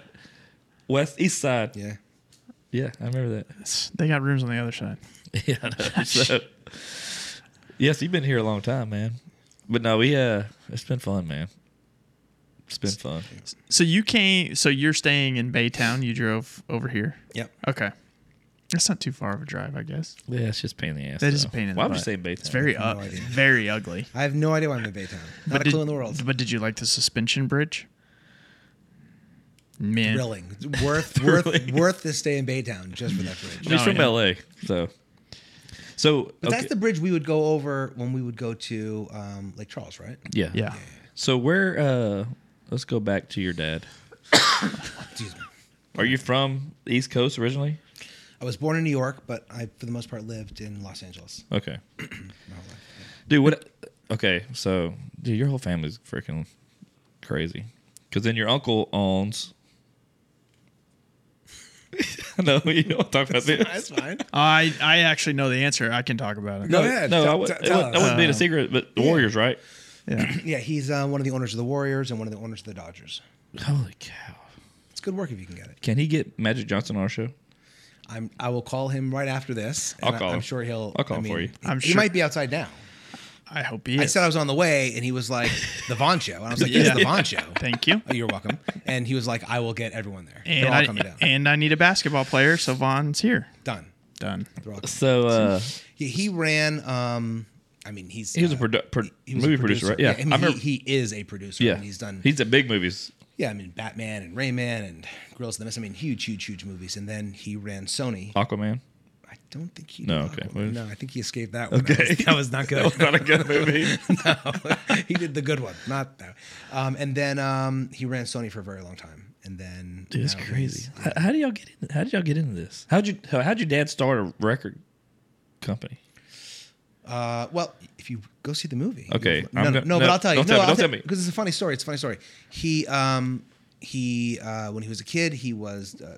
B: west east side.
E: yeah.
B: Yeah, I remember
C: They got rooms on the other side.
B: that. Yeah. I know. So- yes, you've been here a long time, man. But no, we uh, it's been fun, man. It's been fun.
C: So you came. So you're staying in Baytown. You drove over here.
E: Yep.
C: Okay, that's not too far of a drive, I guess.
B: Yeah, it's just a pain in the ass.
C: That is
B: though.
C: a pain in the
B: Why would you
C: butt.
B: say Baytown?
C: It's very
E: no
C: ugly.
E: idea.
C: very ugly.
E: I have no idea why I'm in Baytown. Not a
C: did-
E: clue in the world.
C: But did you like the suspension bridge? Man,
E: Thrilling. Worth worth worth the stay in Baytown just for that bridge.
B: He's
C: No,
B: from
C: yeah.
B: LA, so. So
E: But
B: okay.
E: that's the bridge we would go over when we would go to um, Lake Charles, right?
B: yeah
C: Yeah.
B: So where? uh Let's go back to your dad.
E: Excuse me.
B: Are you from the East Coast originally?
E: I was born in New York, but I, for the most part, lived in Los Angeles.
B: Okay. dude, what? Okay, so dude, your whole family's freaking crazy. Because then your uncle owns. no, you don't talk about this.
E: fine.
C: I I actually know the answer. I can talk about it.
E: Go ahead.
B: No,
E: Tell-
B: I would,
E: tell-
B: it would,
E: tell
B: that wouldn't be a secret. But the Warriors, right?
C: Yeah.
E: Yeah, he's uh, one of the owners of the Warriors and one of the owners of the Dodgers.
B: Holy cow!
E: It's good work if you can get it.
B: Can he get Magic Johnson on our show?
E: I'm, I will call him right after this. and
B: I'll
E: I-
B: call
E: I'm
B: him.
E: sure he'll.
B: I'll call
E: I
B: him for you.
E: I'm
C: I'm
E: he
C: sure-
E: might be outside now.
C: I hope he is.
E: I said I was on the way, and he was like, "The Vaughn Show," and I was like, "It's
C: Yeah.
E: the Vaughn Show."
C: Thank you.
E: Oh, you're welcome. And he was like, "I will get everyone there. They're
C: And
E: all
C: I
E: coming down.
C: and I need a basketball player, so Vaughn's here.
E: Done.
C: Done.
E: They're all coming."
B: So uh,
E: Yeah, he ran. Um, I mean, he's
B: he was a
E: uh,
B: produ- pro-
E: he was a
B: movie producer, right? Yeah,
E: I mean,
B: I remember.
E: he, he is a producer.
B: yeah,
E: and he's done.
B: He's at big movies.
E: yeah, I mean, Batman and Rayman and Girls in the Mist. I mean, huge, huge, huge movies. And then he ran Sony.
B: Aquaman.
E: I don't think he.
B: No,
E: did
B: okay.
E: Aquaman. no, I think he escaped that one. That was, that was not good.
B: Not a good movie.
E: no, he did the good one, not that. Um, and then um, he ran Sony for a very long time, and then
B: Dude, it's
E: now he's-
B: crazy. How, how do y'all get in? How did y'all get into this? How'd you? How, how'd your dad start a record company?
E: Uh, well, if you go see the movie,
B: Okay,
E: you'll-
B: I'm
E: no, no,
B: gonna-
E: no, but
B: no,
E: I'll tell you.
B: don't tell
E: no,
B: me,
E: I'll
B: don't tell me.
E: because it's a funny story. It's a funny story. He, um, he, uh, when he was a kid, he was uh,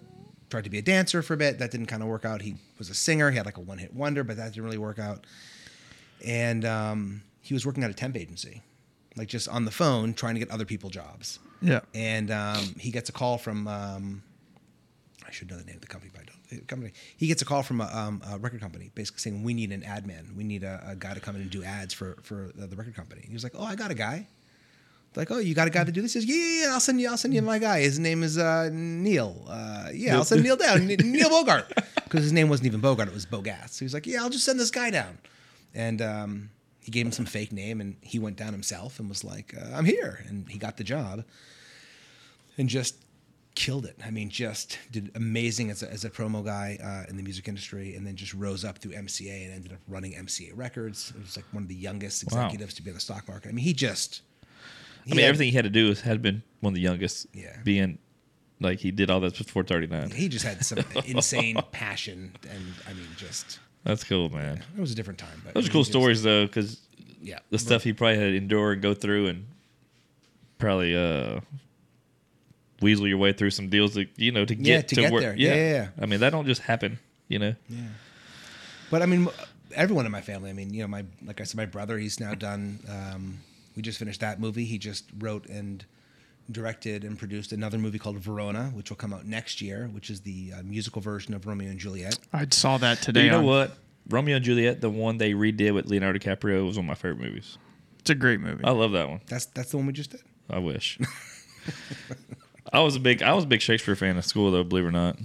E: tried to be a dancer for a bit. That didn't kind of work out. He was a singer. He had like a one-hit wonder, but that didn't really work out. And um, he was working at a temp agency, like just on the phone, trying to get other people jobs.
C: Yeah.
E: And um, he gets a call from. Um, I should know the name of the company, but I don't. The company. He gets a call from a, um, a record company, basically saying, "We need an ad man. We need a, a guy to come in and do ads for for the, the record company." And he was like, "Oh, I got a guy." They're like, "Oh, you got a guy to do this?" He says, "Yeah, yeah, yeah. I'll send you. I'll send you my guy. His name is uh, Neil. Uh, yeah, I'll send Neil down. N- Neil Bogart, because his name wasn't even Bogart. It was Bogas. So he's like, "Yeah, I'll just send this guy down." And um, he gave him some fake name, and he went down himself and was like, uh, "I'm here," and he got the job and just killed it. I mean, just did amazing as a, as a promo guy uh, in the music industry, and then just rose up through MCA and ended up running MCA Records. It was like one of the youngest
B: Wow.
E: executives to be on the stock market. I mean, he just. he
B: I mean,
E: had-
B: everything he had to do was, had been one of the youngest.
E: Yeah.
B: Being like he did all this before 39.
E: He just had some insane passion, and I mean, just
B: That's cool, man.
E: it was a different time. But
B: Those are
E: he
B: cool
E: just-
B: stories though, because
E: Yeah,
B: the stuff he probably had to endure and go through and probably uh weasel your way through some deals that you know to get
E: Yeah, to get
B: work.
E: there. Yeah, yeah, yeah.
B: I mean that don't just happen, you know.
E: But I mean, everyone in my family. I mean, you know, my like I said, my brother. He's now done. Um, we just finished that movie. He just wrote and directed and produced another movie called Verona, which will come out next year, which is the uh, musical version of Romeo and Juliet.
C: I saw that
B: But
C: today.
B: you know
C: on-
B: what? Romeo and Juliet, the one they redid with Leonardo DiCaprio, was one of my favorite movies.
C: It's a great movie.
B: I love that one.
E: That's that's the one we just did.
B: I wish. I was a big I was a big Shakespeare fan in school though, believe it or not.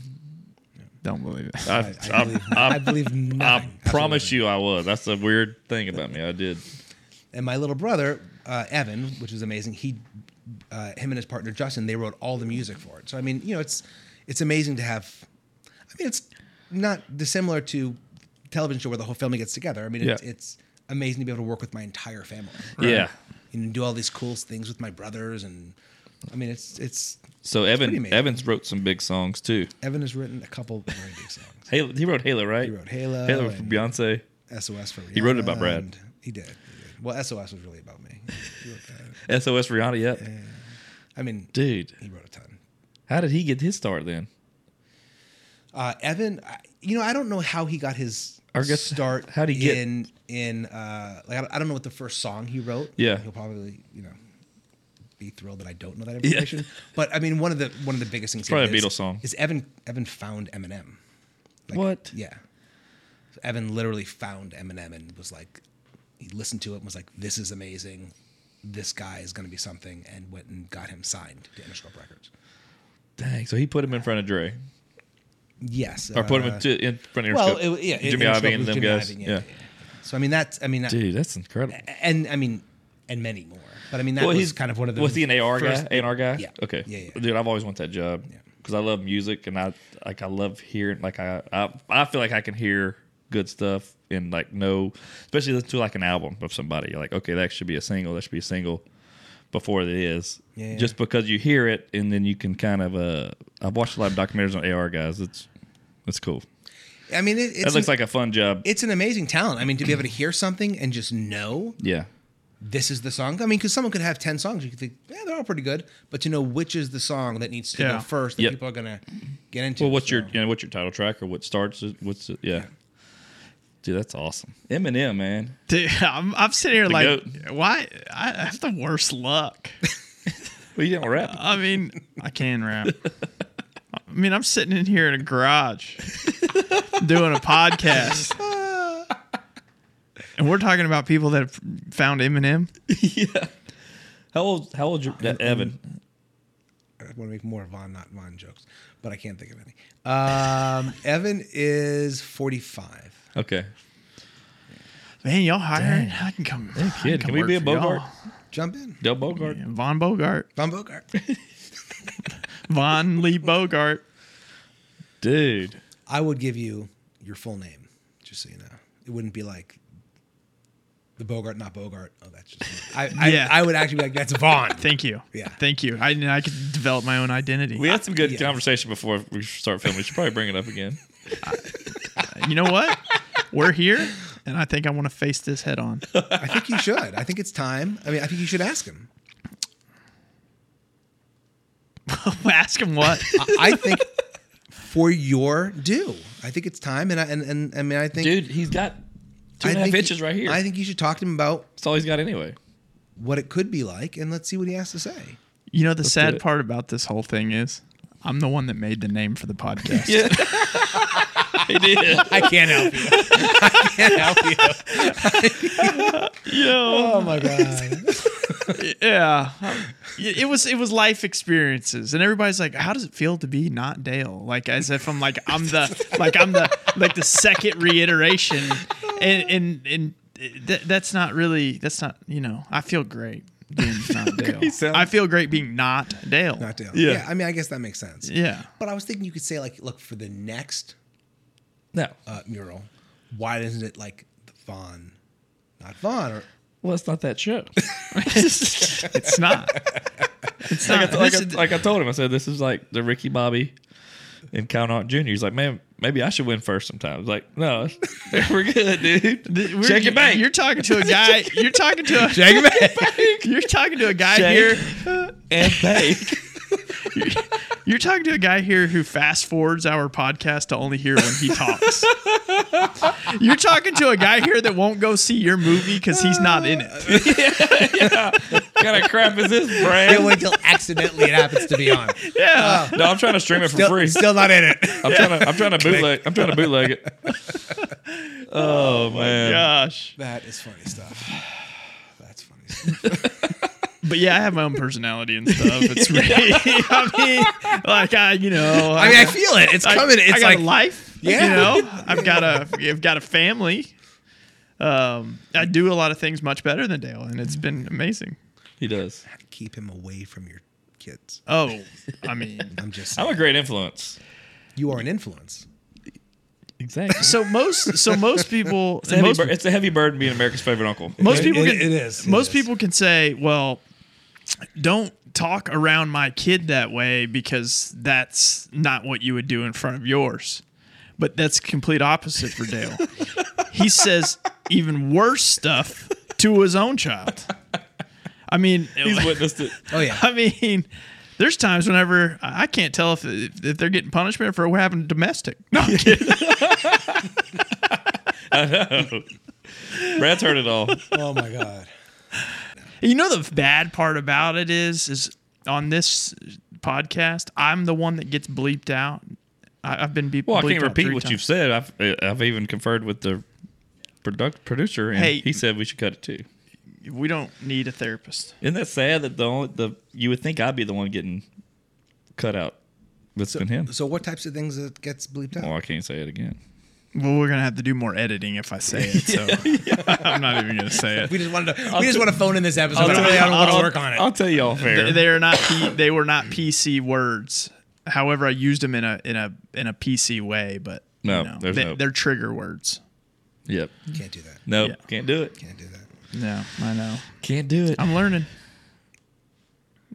C: Don't believe it.
B: I,
E: I,
B: I-
E: I believe, I, believe nothing.
B: I
E: Absolutely.
B: promise you I was. That's the weird thing about me. I did.
E: And my little brother, uh, Evan, which is amazing, he, uh, him and his partner Justin, they wrote all the music for it. So I mean, you know, it's it's amazing to have. I mean, it's not dissimilar to television show where the whole family gets together. I mean, it's,
B: Yeah.
E: it's amazing to be able to work with my entire family.
B: Yeah.
E: And do all these cool things with my brothers, and I mean, it's it's
B: So
E: pretty
B: Evan
E: amazing.
B: Evans wrote some big songs too.
E: Evan has written a couple very big songs.
B: Halo, he wrote Halo, right?
E: He wrote Halo
B: Halo for
E: and-
B: Beyonce.
E: SOS for Rihanna.
B: He wrote it about Brad.
E: and He did. he did. Well, SOS was really about me. He wrote that.
B: SOS Rihanna. Yep.
E: I mean,
B: Dude,
E: he wrote a ton.
B: how did he get his start then?
E: Uh, Evan, I- you know, I don't know how he got his
B: I guess-
E: start.
B: how'd he get-
E: in in uh, like I don't- I don't know what the first song he wrote.
B: Yeah.
E: he'll probably you know be thrilled that I don't know that information. But I mean, one of the one of the biggest things he
B: probably a
E: did is-
B: Beatles song.
E: is Evan Evan found Eminem. Like,
B: What?
E: Yeah, So Evan literally found Eminem and was like, he listened to it and was like, "This is amazing. This guy is going to be something," and went and got him signed to Interscope Records.
B: Dang. So he put him in front of Dre,
E: Yes,
B: or put him
E: uh,
B: in, to, in front of
E: Well,
B: Interscope.
E: it, yeah, it-
B: Jimmy
E: Interscope
B: Ivy and
E: was
B: them
E: Jimmy
B: guys.
E: Iovine,
B: yeah.
E: So I mean, that's I mean,
B: dude, that's incredible.
E: and I mean, and many more. But I mean, that
B: well,
E: was
B: he's
E: kind of one of the.
B: Was he an AR
E: first-
B: guy? AR guy?
E: Yeah.
B: Okay.
E: Yeah, yeah.
B: Dude, I've always wanted that job because I love music and I like I love hearing like I, I I feel like I can hear good stuff and like know especially listen to like an album of somebody. You're like, okay, that should be a single. That should be a single before it is.
E: Yeah, yeah.
B: Just because you hear it and then you can kind of uh I've watched a lot of documentaries on AR guys. It's it's cool.
E: I mean, it,
B: That
E: it's
B: looks
E: an,
B: like a fun job.
E: it's an amazing talent. I mean, to be able to hear something and just know
B: yeah.
E: this is the song. I mean, because someone could have ten songs, you could think, yeah, they're all pretty good. But to know which is the song that needs to
C: Yeah.
E: go first that
B: Yep.
E: people are gonna get into.
B: Well, what's your
E: so-
B: you know what's your title track or what starts? it- What's it, yeah. Dude, that's awesome. Eminem, man.
C: Dude, I'm, I'm sitting here like,
B: goat.
C: why? I have the worst luck.
B: Well, you don't rap.
C: I mean, I can rap. I mean, I'm sitting in here in a garage doing a podcast. And we're talking about people that have found Eminem.
B: How old? How old? Your, that Evan?
E: I want to make more Von, not Von jokes, but I can't think of any. Um, Evan is forty-five.
B: Okay.
C: Man, y'all hiring? I can come. I
B: Kid,
C: come
B: can we
C: work
B: be a
C: for
B: Bogart?
C: y'all.
E: Jump in,
B: Del Bogart.
C: Von Bogart.
E: Von Bogart.
C: Von Lee Bogart.
B: Dude,
E: I would give you your full name, just so you know. It wouldn't be like the Bogart, not Bogart. Oh, that's just. I, I,
C: Yeah.
E: I would actually be like, that's Vaughn.
C: Thank you.
E: Yeah.
C: Thank you. I, I could develop my own identity.
B: we had some good
E: yeah.
B: conversation before we start filming. We should probably bring it up again.
C: you know what? We're here, and I think I want to face this head on.
E: I think you should. I think it's time. I mean, I think you should ask him.
C: Ask him what.
E: I, I think for your due, I think it's time. And I, and, and I mean, I think.
B: Dude, he's got two
E: I
B: and a half
E: think you-
B: inches right here.
E: I think you should talk to him about
B: That's all he's got anyway.
E: what it could be like, and let's see what he has to say.
C: You know the sad
B: it.
C: part about this whole thing is I'm the one that made the name for the podcast.
B: Yeah. he did.
E: I can't help you. I can't help you. Oh my god.
C: Yeah. It it was it was life experiences. And everybody's like, how does it feel to be not Dale? Like as if I'm like I'm the like I'm the like the second reiteration. And and and th- that's not really that's not, you know, I feel great. being not Dale.
B: sounds-
C: I feel great being not Dale.
E: Not Dale.
B: Yeah.
E: I mean, I guess that makes sense.
C: Yeah.
E: But I was thinking you could say like, look for the next
B: No.
E: uh, mural. Why isn't it like the Vaughn, not Vaughn? Or
B: Well, it's not that show.
C: It's not. It's
B: like,
C: not.
B: I, like, I,
C: This is-
B: like I told him, I said, this is like the Ricky Bobby and Count Out Jr. He's like, man, maybe I should win first sometimes. Like, no, we're good, dude.
C: th- we're-
B: Check your bank.
C: You're talking to a guy. You're talking to a.
B: Check your bank.
C: You're talking to a guy
B: Check
C: here.
B: and pay.
C: You're talking to a guy here who fast forwards our podcast to only hear when he talks. You're talking to a guy here that won't go see your movie because he's not in it.
B: what kind of crap is this,
E: Can't
B: Brad?
E: wait till accidentally it happens to be on.
C: Yeah.
B: No, I'm trying to stream it for free. Uh,
E: Still, still not in it.
B: I'm trying to I'm trying to bootleg I'm trying to bootleg it. Oh, man.
C: Gosh.
E: That is funny stuff. That's funny. Stuff.
C: But yeah, I have my own personality and stuff. It's really, I mean, like I, you know,
E: I mean, I feel it. It's
C: I-
E: coming.
C: I
E: It's
C: got
E: like
C: a life.
E: Yeah.
C: you know, I've got a, I've got a family. Um, I do a lot of things much better than Dale, and it's been amazing.
B: He does.
E: keep him away from your kids.
C: Oh, I mean,
E: I'm just.
B: I'm a great influence.
E: you are an influence.
B: Exactly.
C: so most, so most people,
B: It's a, heavy
C: most,
B: bur- it's a heavy burden being America's favorite uncle.
C: most
E: It-
C: people
E: it-
C: can,
E: it is, it
C: most
E: is.
C: people can say, well, don't talk around my kid that way because that's not what you would do in front of yours. But that's complete opposite for Dale. he says even worse stuff to his own child. I mean,
B: He's witnessed it.
E: Oh yeah.
C: I mean, there's times whenever I I can't tell if if they're getting punishment for having domestic. No, I'm kidding.
B: Brad's heard it all.
E: Oh my god.
C: You know the bad part about it is is on this podcast, I'm the one that gets bleeped out. I, I've been beep,
B: Well, I
C: bleeped
B: can't
C: out
B: repeat
C: three
B: what
C: times.
B: you've said. I've uh, I've even conferred with the product producer, and
C: Hey.
B: he said we should cut it too.
C: We don't need a therapist.
B: Isn't that sad that the only, the you would think I'd be the one getting cut out, but it's been him.
E: So what types of things that gets bleeped
B: Well,
E: out?
B: Oh, I can't say it again.
C: Well, we're gonna have to do more editing if I say it. So I'm not even gonna say it.
E: We just wanted to. We just want to phone in this episode. We don't really want to work on
B: I'll
E: it.
B: tell you all fair.
C: They, they are not. P, they were not PC words. However, I used them in a in a in a PC way, but you
B: No,
C: know,
B: there's
C: they,
B: no-
C: they're trigger words.
B: yep.
E: Can't do that.
B: No,
C: Yeah.
B: can't do it.
E: Can't do that.
C: No, I know.
B: Can't do it.
C: I'm learning.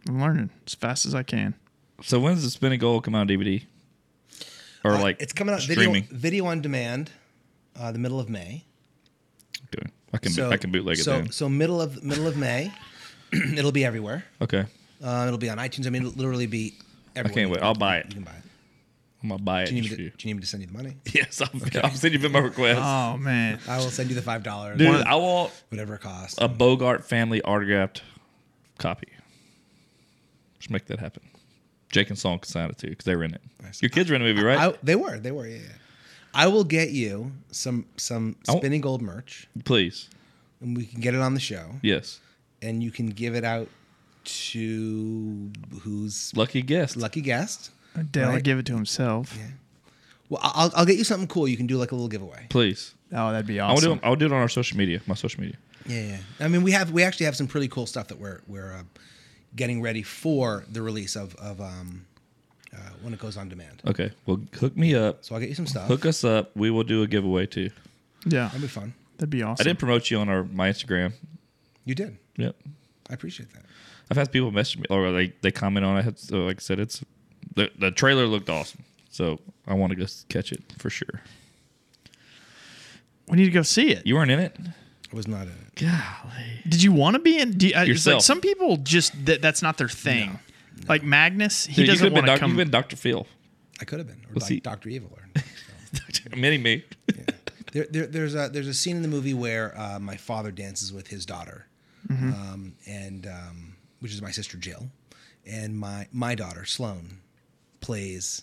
C: I'm learning as fast as I can.
B: So when's the spinning gold come out on DVD? Or
E: Uh,
B: like
E: it's coming out video,
B: streaming?
E: video on demand, uh, the middle of May.
B: Okay. I can I can bootleg it
E: so,
B: then.
E: So middle of middle of May, it'll be everywhere.
B: Okay.
E: Uh, it'll be on iTunes. I mean, it'll literally be. everywhere.
B: can't wait. I'll buy it.
E: You can buy it.
B: I'm gonna buy it.
E: Do you,
B: and
E: need me
B: shoot
E: to,
B: you.
E: do you need me to send you Uh, the money?
B: Yes, I'll, I'll send you my request.
C: Oh man,
E: I will send you the five dollars,
B: Dude, I want
E: whatever it costs.
B: a Bogart family autographed copy. Just make that happen. Jake and Song can sign it too because they were in it. Your kids were in the movie, right?
E: I, they were, they were, yeah, yeah. I will get you some some
B: I won't-
E: spinning gold merch,
B: Please,
E: and we can get it on the show,
B: yes.
E: and you can give it out to who's
B: Lucky guest.
E: lucky guest.
C: Dale
E: Right.
C: give it to himself.
E: Well, I- I'll, I'll get you something cool. You can do like a little giveaway.
B: Please,
C: Oh, that'd be
B: I'll
C: awesome.
B: do. I'll do it on our social media. My social media.
E: Yeah, yeah. I mean, we have we actually have some pretty cool stuff that we're we're uh, getting ready for the release of of um uh, when it goes on demand.
B: Okay. Well, hook me up.
E: So I'll get you some stuff.
B: Hook us up. We will do a giveaway too.
C: yeah,
E: That'd be fun.
C: that'd be awesome.
B: I did promote you on our my Instagram.
E: You did.
B: Yep.
E: I appreciate that.
B: I've had people message me or they, they comment on it. So like I said, it's the, the trailer looked awesome. So I want to go s- catch it for sure.
C: we need to go see it.
B: You weren't in it?
E: I was not in it.
B: Golly.
C: Did you want to be in? Do, you- I, it's like
B: Yourself.
C: some people just that, that's not their thing. Like Magnus, he
B: Dude, you could
C: doesn't
B: have been,
C: want to
B: doc-
C: come.
B: you've been Dr. Phil.
E: I could have been, or
B: Let's see.
E: like Doctor Evil, or
B: Mini me.
E: there, there, there's a there's a scene in the movie where uh, my father dances with his daughter,
B: Mm-hmm.
E: um, and um, which is my sister Jill, and my my daughter Sloane plays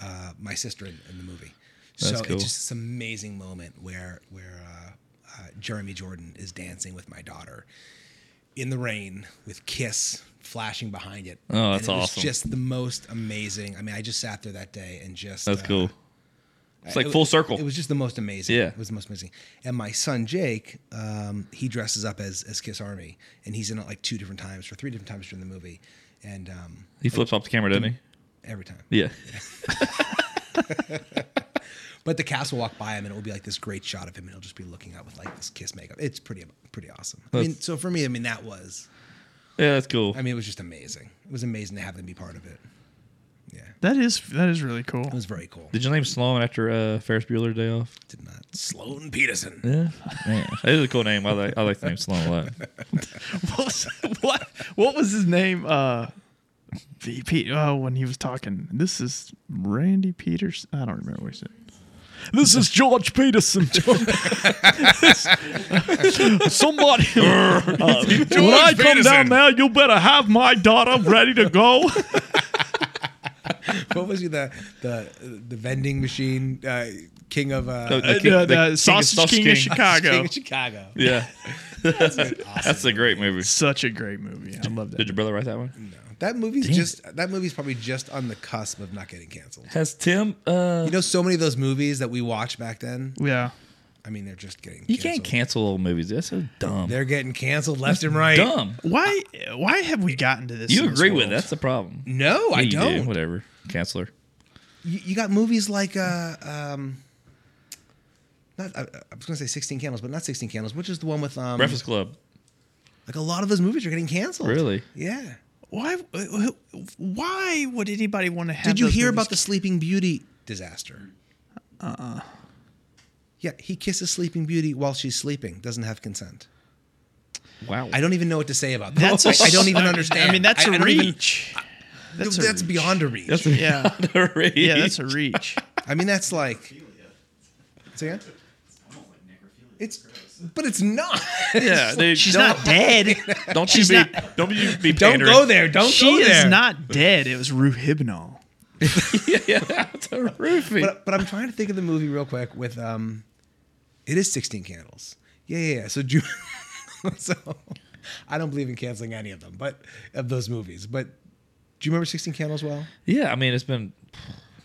E: uh, my sister in, in the movie.
B: That's
E: so
B: cool.
E: it's just this amazing moment where where uh, uh, Jeremy Jordan is dancing with my daughter in the rain with Kiss flashing behind it.
B: Oh, that's
E: and it
B: awesome.
E: Was just the most amazing. I mean, I just sat there that day and just
B: That's
E: uh,
B: cool. It's like full circle.
E: It was just the most amazing.
B: Yeah.
E: it was the most amazing. And my son Jake, um, he dresses up as as Kiss Army, and he's in it like two different times or three different times during the movie, and um,
B: he flips off the camera, doesn't
E: every time.
B: he? Yeah.
E: But the cast will walk by him, and it will be like this great shot of him, and he'll just be looking out with like this Kiss makeup. It's pretty pretty awesome. I mean, so for me, I mean that was.
B: Yeah, that's cool.
E: I mean, it was just amazing. It was amazing to have them be part of it.
C: That is that is really cool.
E: It was very cool.
B: Did your name Sloan after uh, Ferris Bueller Day Off?
E: Did not Sloan Peterson.
B: Yeah. Man, that is a cool name. I like, I like the name Sloan a lot.
C: what, was, what what was his name? Uh, VP. Oh, when he was talking, this is Randy Peters. I don't remember what he said. This is George Peterson. Somebody, uh, when I come down there, you better have my daughter ready to go.
E: What was he the the the vending machine uh, king of uh,
B: The- the
C: Uh,
B: king-
C: the-
B: the
C: the
B: king of
C: Sausage King of
B: uh,
C: Chicago.
E: king of Chicago.
B: Yeah.
E: Awesome.
B: That's a great movie.
C: Such a great movie. I love
B: Did
C: that.
B: your brother write that one?
E: That movie's just that movie's probably just on the cusp of not getting canceled.
B: Has Tim. Uh,
E: You know, so many of those movies that we watched back then.
C: Yeah.
E: I mean, they're just getting.
B: you can't cancel old movies. That's so dumb.
E: They're getting canceled left and right.
B: dumb.
C: Why? Why have we gotten to this?
B: You
C: in this
B: agree with it.
C: world?
B: That's the problem.
E: No, I
B: Yeah, you do.
E: don't. Um,
B: Whatever. Canceler.
E: You, you got movies like uh, um, not I, I was gonna say Sixteen Candles, but not Sixteen Candles, which is the one with um,
B: Breakfast Club.
E: like a lot of those movies are getting canceled.
B: Really?
E: Yeah.
C: Why? Why would anybody want to have?
E: Did you
C: those
E: hear
C: movies
E: about the Sleeping Beauty disaster? Uh uh
B: Uh-uh.
E: Yeah, he kisses Sleeping Beauty while she's sleeping, doesn't have consent.
B: Wow.
E: I don't even know what to say about that.
C: That's
E: I I don't even
C: I-
E: understand.
C: I mean, that's
E: a
C: a reach.
E: That's,
C: a reach.
E: beyond a reach.
B: That's
C: Yeah.
B: a
C: Yeah, that's a reach.
E: I mean, that's like. Say again? It's, but it's not.
B: yeah, dude,
C: She's
B: don't,
C: not dead.
B: Don't you
C: she's
B: be.
C: not-
B: don't you be.
E: Don't
B: pandering.
E: go there. Don't
C: she
E: go
C: is
E: there.
C: not dead. It was Ruhibnol.
B: yeah, it's a roofie.
E: But, uh, but I'm trying to think of the movie real quick. With um, it is 16 Candles. Yeah, yeah. yeah. So Ju- so I don't believe in canceling any of them, but of those movies. But do you remember 16 Candles well?
B: yeah, I mean, it's been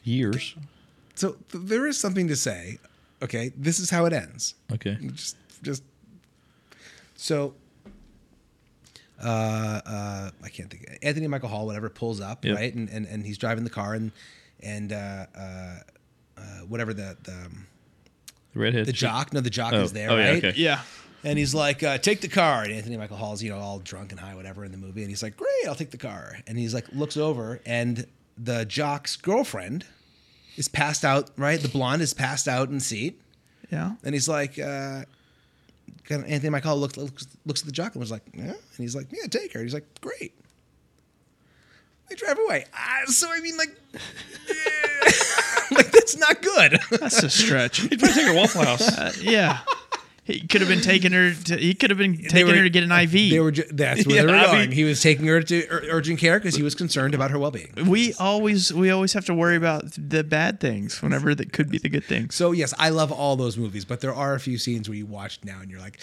B: years.
E: So th- there is something to say. Okay, this is how it ends.
B: Okay.
E: just just so uh uh i can't think anthony michael hall whatever pulls up
B: Yep.
E: right and, and and he's driving the car and and uh uh, uh whatever the the, um,
B: The redhead.
E: the
B: chick.
E: jock no the jock
B: Oh,
E: is there
B: oh, yeah,
E: right
B: okay.
C: Yeah.
E: and he's like uh, take the car and anthony michael hall's you know all drunk and high whatever in the movie and he's like great i'll take the car and he's like looks over and the jock's girlfriend is passed out right the blonde is passed out in the seat
C: Yeah.
E: and he's like, uh, kind of Anthony McCall looks, looks looks at the jock and was like, yeah. And he's like, yeah, take her. He's like, great. They drive away. Ah, so I mean, like, like that's not good.
C: That's a stretch.
B: He's trying to take her to Waffle House.
C: Uh, yeah. He could have been taking her. To, he could have been taking
E: were-
C: her to get an IV.
E: They were. Ju- that's where they
B: Yeah,
E: were
B: I
E: going.
B: mean-
E: he was taking her to ur- urgent care because he was concerned about her well-being.
C: we always we always have to worry about the bad things whenever that could be the good things.
E: So yes, I love all those movies, but there are a few scenes where you watch now and you're like,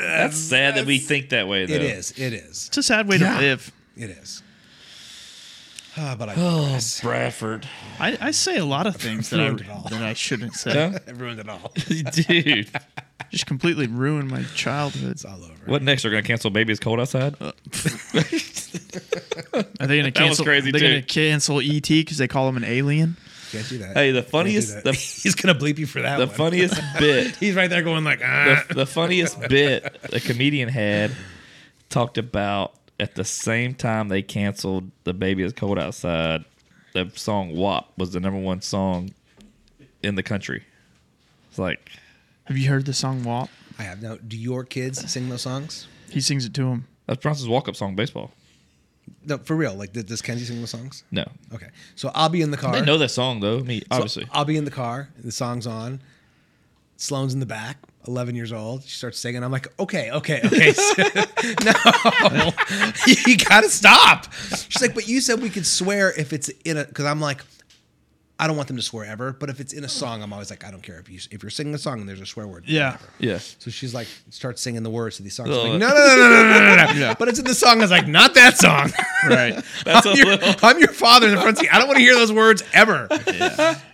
B: That's sad that we think that way, though.
E: it is, it is,
C: it's a sad way to live.
E: it is. Ah, but I digress.
B: Bradford.
C: I, I say a lot of things that I
E: Ruined it all.
C: that I shouldn't say.
B: Huh?
E: I ruined it all.
B: Dude.
C: Just completely ruined my childhood.
E: It's all over.
B: What next? They're going to cancel Baby It's Cold Outside?
E: Uh,
C: Are they going to
B: was
C: cancel?
B: crazy,
C: are they going
B: too.
C: to cancel ET because they call him an alien?
E: Can't do that.
B: hey, the
E: Can't
B: funniest.
E: do that.
B: The,
E: he's gonna bleep you for that.
B: the
E: one.
B: funniest bit.
E: He's right there going like, ah.
B: the, the funniest bit a comedian had talked about at the same time they canceled the baby is cold outside the song wap was the number one song in the country it's like
C: Have you heard the song "Walk"?
E: I have no. Do your kids sing those songs?
C: He sings it to him.
B: that's bronson's walk-up song baseball
E: No, for real. Like, does Kenzie sing those songs?
B: no
E: Okay, so I'll be in the car.
B: they know that song though i mean
E: So
B: obviously
E: I'll be in the car. The song's on. Sloane's in the back, 11 years old. She starts singing. I'm like, okay, okay, okay. no, you gotta stop. She's like, but you said we could swear if it's in a, because I'm like, I don't want them to swear ever, but if it's in a song, I'm always like, I don't care if you if you're singing a song and there's a swear word.
C: Yeah.
B: Yeah.
E: So she's like, starts singing the words to these songs. I'm
B: Ugh.
E: like, no, no, no, no, no, no, no, no. But it's in the song. I was like, not that song.
C: Right.
B: That's a
E: I'm, your,
B: little.
E: I'm your father in the front seat. I don't want to hear those words ever.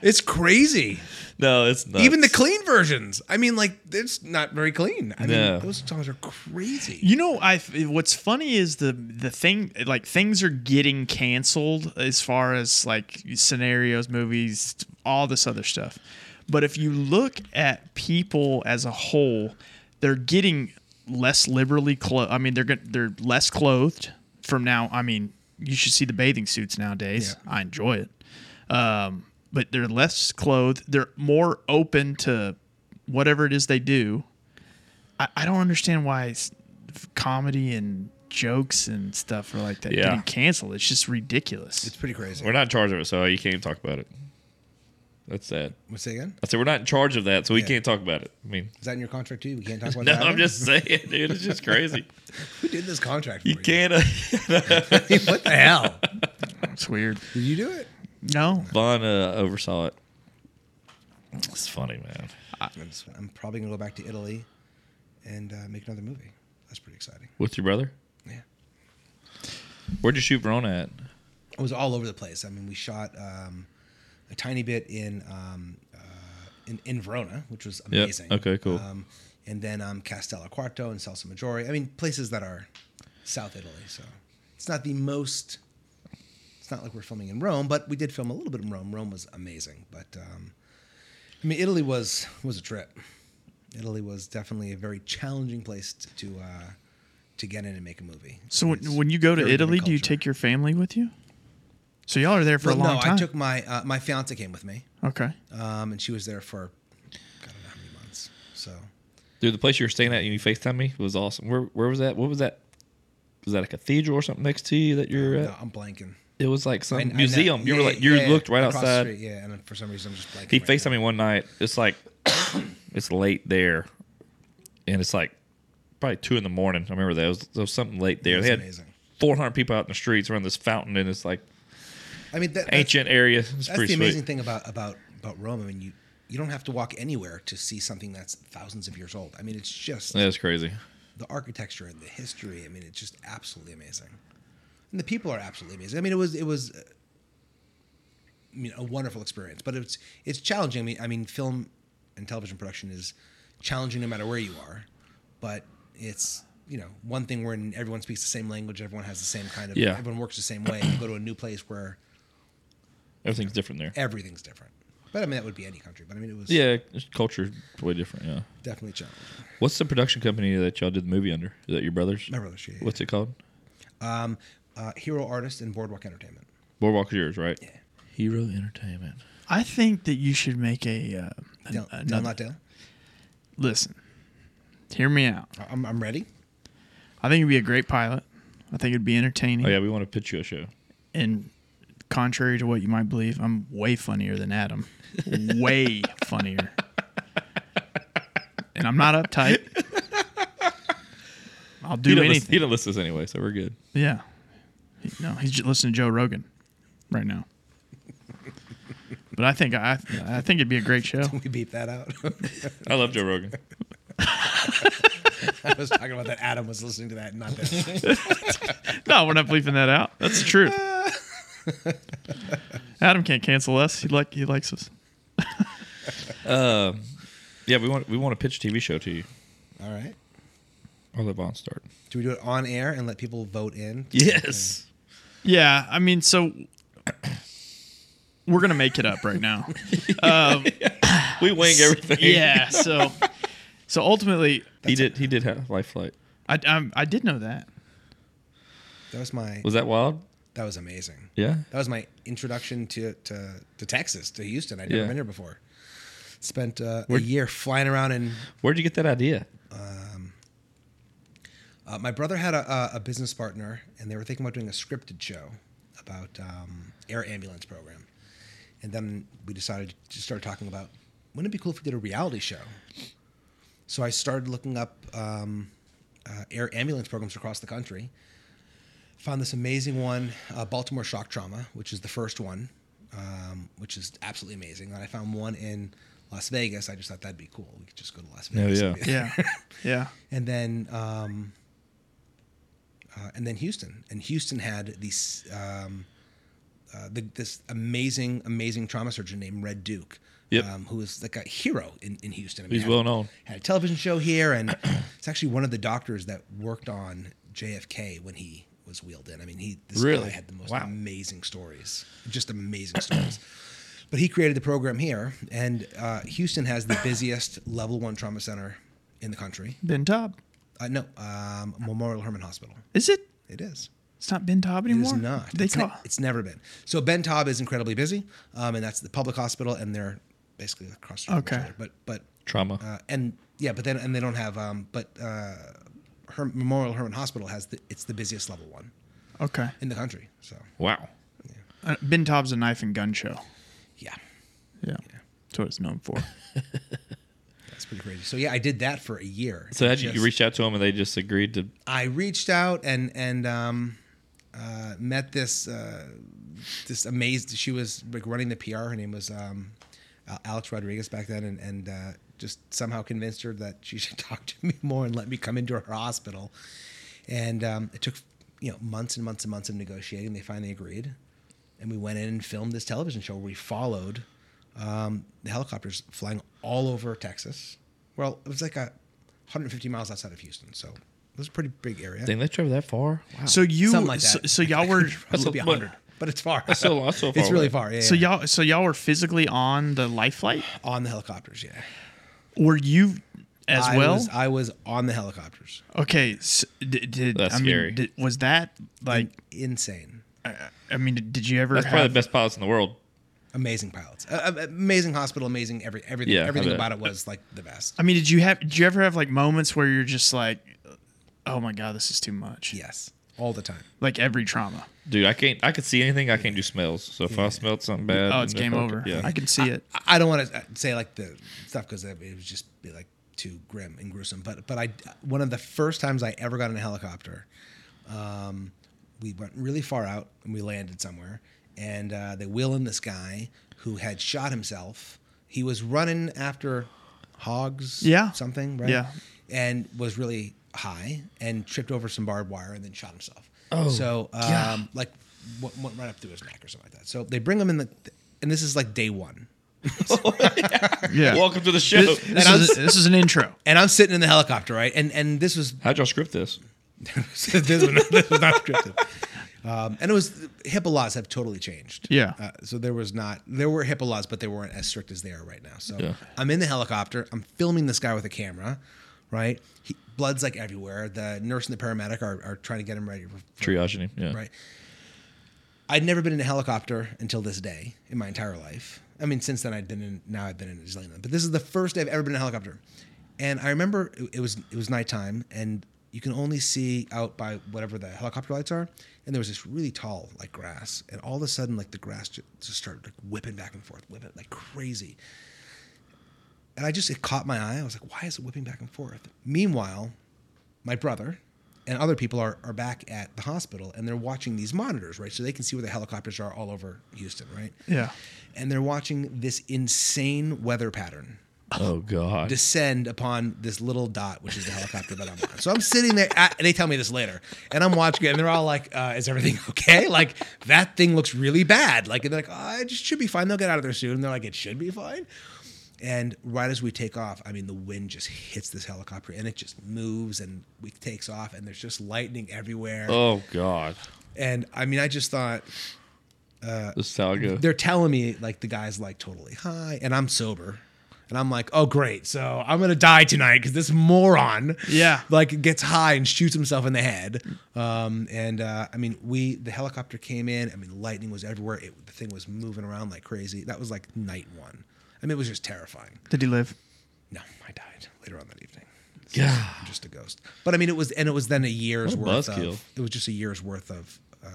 E: It's crazy.
B: No, it's not.
E: Even the clean versions. I mean, like it's not very clean. I
B: No.
E: mean, those songs are crazy.
C: You know, I what's funny is the the thing like things are getting canceled as far as like scenarios, movies, all this other stuff. But if you look at people as a whole, they're getting less liberally clothed. I mean, they're get- they're less clothed from now. I mean, you should see the bathing suits nowadays. I enjoy it. Um, but they're less clothed. They're more open to whatever it is they do. I, I don't understand why s- f- comedy and jokes and stuff are like that
B: Yeah.
C: getting canceled. It's just ridiculous.
E: It's pretty crazy.
B: We're not in charge of it, so you can't talk about it. That's sad.
E: What's that again?
B: I said we're not in charge of that, so we
E: Yeah.
B: can't talk about it. I mean,
E: Is that in your contract too? We can't talk about
B: no,
E: that.
B: I'm just saying, dude. It's just crazy.
E: Who did this contract? For
B: You can't. Uh,
E: what the hell?
C: It's weird.
E: Did you do it?
C: No,
B: Vaughn uh, oversaw it. It's funny, man.
E: I'm, just- I'm probably gonna go back to Italy and uh, make another movie. That's pretty exciting.
B: With your brother?
E: Yeah.
B: Where'd you shoot Verona at?
E: It was all over the place. I mean, we shot um, a tiny bit in um, uh, in, in Verona, which was
B: Yep.
E: amazing.
B: Okay, cool.
E: Um, and then um, Castello Quarto and Salsa Maggiore. I mean, places that are South Italy. So it's not the most. It's not like we're filming in Rome, but we did film a little bit in Rome. Rome was amazing, but um, I mean, Italy was was a trip. Italy was definitely a very challenging place t- to uh, to get in and make a movie.
C: So
E: It's
C: when, when you go to
E: very different
C: Italy, do you
E: culture.
C: take your family with you? So y'all are there for a
E: Well,
C: long
E: no,
C: time.
E: I took my uh, my fiance came with me,
C: okay.
E: um, and she was there for I don't know how many months. So
B: Dude, the place you were staying at and you FaceTime me was awesome. Where where was that? What was that? Was that a cathedral or something next to you that you're at?
E: no, I'm blanking.
B: It was like some
E: I- I know-
B: museum. you were
E: yeah,
B: like you
E: yeah,
B: looked right
E: across the
B: outside.
E: street, yeah, and for some reason I'm just blanking.
B: He
E: right
B: FaceTimed
E: now.
B: me one night. It's like it's late there, and it's like probably two in the morning. I remember that it was, there was something late there.
E: It was
B: They had
E: amazing.
B: 400 people out in the streets around this fountain, and it's like
E: I mean, that, that's,
B: ancient area. It's
E: that's the
B: pretty
E: amazing
B: sweet.
E: thing about about about Rome. I mean, you you don't have to walk anywhere to see something that's thousands of years old. I mean, it's just
B: That's crazy.
E: the architecture and the history. I mean, it's just absolutely amazing, and the people are absolutely amazing. I mean, it was it was, uh, I mean, a wonderful experience. But it's it's challenging. I mean, I mean, film and television production is challenging no matter where you are, but it's you know one thing where everyone speaks the same language, everyone has the same kind of,
B: Yeah.
E: everyone works the same way. You go to a new place where
B: Everything's different there.
E: everything's different. But I mean, that would be any country. But I mean, it was
B: Yeah, it's culture way different. Yeah.
E: definitely challenging.
B: What's the production company that y'all did the movie under? Is that your brother's?
E: My brother's, yeah, yeah.
B: What's it called?
E: Uh, hero artist and boardwalk entertainment.
B: Boardwalk is yours, right? Yeah. Hero Entertainment.
E: Mm-hmm.
C: I think that you should make a. Uh, an-
E: Del, Del
C: another-
E: Not Del.
C: Listen, hear me out.
E: I'm, I'm ready.
C: I think it'd be a great pilot. I think it'd be entertaining.
B: Oh yeah, we want to pitch you a show.
C: And contrary to what you might believe, I'm way funnier than Adam. way funnier. And I'm not uptight. I'll do
B: he didn't listen,
C: anything.
B: he didn't listen to us anyway, so we're good.
C: Yeah. He- No, he's just listening to Joe Rogan right now. But I think I I think it'd be a great show.
E: We beep that out.
B: I love Joe Rogan.
E: I was talking about that. Adam was listening to that, not this.
C: No, we're not bleeping that out. That's the truth. Adam can't cancel us. He like he likes us.
B: Yeah, we want we want to pitch a TV show to you.
E: All right.
B: I'll let Vaughn start.
E: Do we do it on air and let people vote in?
B: Yes.
C: Yeah, I mean, so we're gonna make it up right now.
B: We wing everything.
C: yeah, so so ultimately,
B: He did he did have life flight.
C: I I, I did know that.
E: That was my.
B: Was that wild?
E: That was amazing.
B: Yeah.
E: That was my introduction to to, to Texas, to Houston. I'd never
B: Yeah.
E: been here before. Spent uh, a year flying around, and
B: Where'd you get that idea?
E: uh, my brother had a, a, a business partner, and they were thinking about doing a scripted show about um, air ambulance program. And then we decided to start talking about wouldn't it be cool if we did a reality show? So I started looking up um, uh, air ambulance programs across the country. Found this amazing one, uh, Baltimore Shock Trauma, which is the first one. um, which is absolutely amazing. And I found one in Las Vegas. I just thought that'd be cool. We could just go to Las
B: Oh,
E: Vegas.
B: yeah.
C: Yeah. Yeah.
E: and then um, uh, and then Houston, and Houston had these um, uh, the, this amazing, amazing trauma surgeon named Red Duke,
B: Yep.
E: um, who is like a hero in, in Houston. I
B: He's
E: had-
B: well known.
E: Had a television show here, and it's actually one of the doctors that worked on JFK when he was wheeled in. I mean, he this
B: Really?
E: guy had the most
B: Wow.
E: amazing stories, just amazing stories. But he created the program here, and uh, Houston has the busiest level one trauma center in the country.
C: Ben Tob.
E: Uh, no, um, Memorial Herman Hospital.
C: Is it?
E: It is.
C: It's not Ben Tob
E: It
C: anymore.
E: is not.
C: They
E: it's,
C: call.
E: ne- it's never been. So Ben Taub is incredibly busy, um, and that's the public hospital, and they're basically across the street
C: Okay.
E: from each other. But but
B: Trauma.
E: uh, and yeah, but then and they don't have um, but uh, Her- Memorial Herman Hospital has the it's the busiest level one
C: okay.
E: in the country. So
B: wow.
C: Uh, ben Tob's a knife and gun show.
E: yeah,
C: Yeah. That's what it's known for.
E: that's pretty crazy. So yeah, I did that for a year.
B: So how'd you, you
E: Just-
B: reached out to him and they just agreed to?
E: I reached out and and um, uh, met this uh, this amazed. She was like running the PR. Her name was um, Al- Alex Rodriguez back then, and and uh, just somehow convinced her that she should talk to me more and let me come into her hospital. And um, it took you know months and months and months of negotiating. They finally agreed, and we went in and filmed this television show where we followed um, the helicopters flying all over Texas. Well, it was like a 150 miles outside of Houston, so it was a pretty big area.
B: Dang, they traveled that far. Wow.
C: So you.
E: Something like
C: so,
E: that.
C: so y'all were.
E: That's be
B: a-
E: 100, but it's far.
B: That's still- that's still
E: it's
B: far
E: really
B: away.
E: far. Yeah,
C: So
E: yeah.
C: y'all. So y'all were physically on the life flight.
E: on the helicopters, yeah.
C: Were you as
E: I
C: well?
E: was, uh, I was on the helicopters.
C: okay. So, did, did,
B: That's
C: I mean,
B: scary.
C: Did, was that like?
E: Insane,
C: I mean, did you ever?
B: That's
C: have,
B: probably the best pilots in the world.
E: amazing pilots, uh, uh, amazing hospital, amazing every everything.
B: Yeah, I
E: everything
B: bet.
E: about it was like the best.
C: I mean, did you have? Did you ever have like moments where you're just like, "Oh my god, this is too much."
E: Yes, all the time.
C: Like every trauma.
B: Dude, I can't. I could see anything. I can't do smells. So if I smelled something bad,
C: Oh, it's
B: and if
C: game
B: I could-
C: over.
B: Yeah.
C: I can see it.
E: I- I don't want to say like the stuff because it would just be like too grim and gruesome. But but I one of the first times I ever got in a helicopter, um, we went really far out and we landed somewhere, and uh, they wheel in this guy who had shot himself. He was running after hogs,
C: Yeah.
E: something, right?
C: Yeah.
E: and was really high and tripped over some barbed wire and then shot himself. Oh, so um, like went, went right up through his neck or something like that. So they bring him in the, and this is like day one.
C: Yeah.
B: Welcome to the show.
C: this, is, this is an intro.
E: and I'm sitting in the helicopter, right? And and this was
B: How'd y'all script this?
E: this was not, this was not scripted. Um, and it was HIPAA laws have totally changed.
C: Yeah.
E: Uh, so there was not there were HIPAA laws, but they weren't as strict as they are right now. So
B: Yeah.
E: I'm in the helicopter. I'm filming this guy with a camera, right? He, blood's like everywhere. The nurse and the paramedic are, are trying to get him ready for, for
B: Triaging him. Yeah.
E: right? I'd never been in a helicopter until this day in my entire life. I mean, since then I'd been in. Now I've been in a zillion. of them. But this is the first I've ever been in a helicopter, and I remember it, it was it was nighttime, and you can only see out by whatever the helicopter lights are. And there was this really tall like grass, and all of a sudden like the grass ju- just started like whipping back and forth, whipping like crazy. And I just it caught my eye. I was like, why is it whipping back and forth? Meanwhile, my brother and other people are, are back at the hospital and they're watching these monitors, right? So they can see where the helicopters are all over Houston, right?
C: Yeah.
E: And they're watching this insane weather pattern
B: Oh God.
E: descend upon this little dot, which is the helicopter that I'm on. So I'm sitting there, at, and they tell me this later, and I'm watching it, and they're all like, uh, "Is everything okay?" Like that thing looks really bad. Like and they're like, "Oh, it should be fine. They'll get out of there soon." And they're like, "It should be fine." And right as we take off, I mean, the wind just hits this helicopter, and it just moves, and we takes off, and there's just lightning everywhere.
B: oh God.
E: And I mean, I just thought
B: This is how it goes.
E: they're telling me like the guy's like totally high, and I'm sober. And I'm like, oh great, so I'm gonna die tonight because this moron,
C: Yeah.
E: like gets high and shoots himself in the head. Um, and uh, I mean, we the helicopter came in. I mean, lightning was everywhere. It, the thing was moving around like crazy. That was like night one. I mean, it was just terrifying.
C: Did he live?
E: No, I died later on that evening.
B: God.
E: I'm just a ghost. But I mean, it was, and it was then a year's
B: What a
E: worth
B: buzzkill.
E: of. It was just a year's worth of. Uh,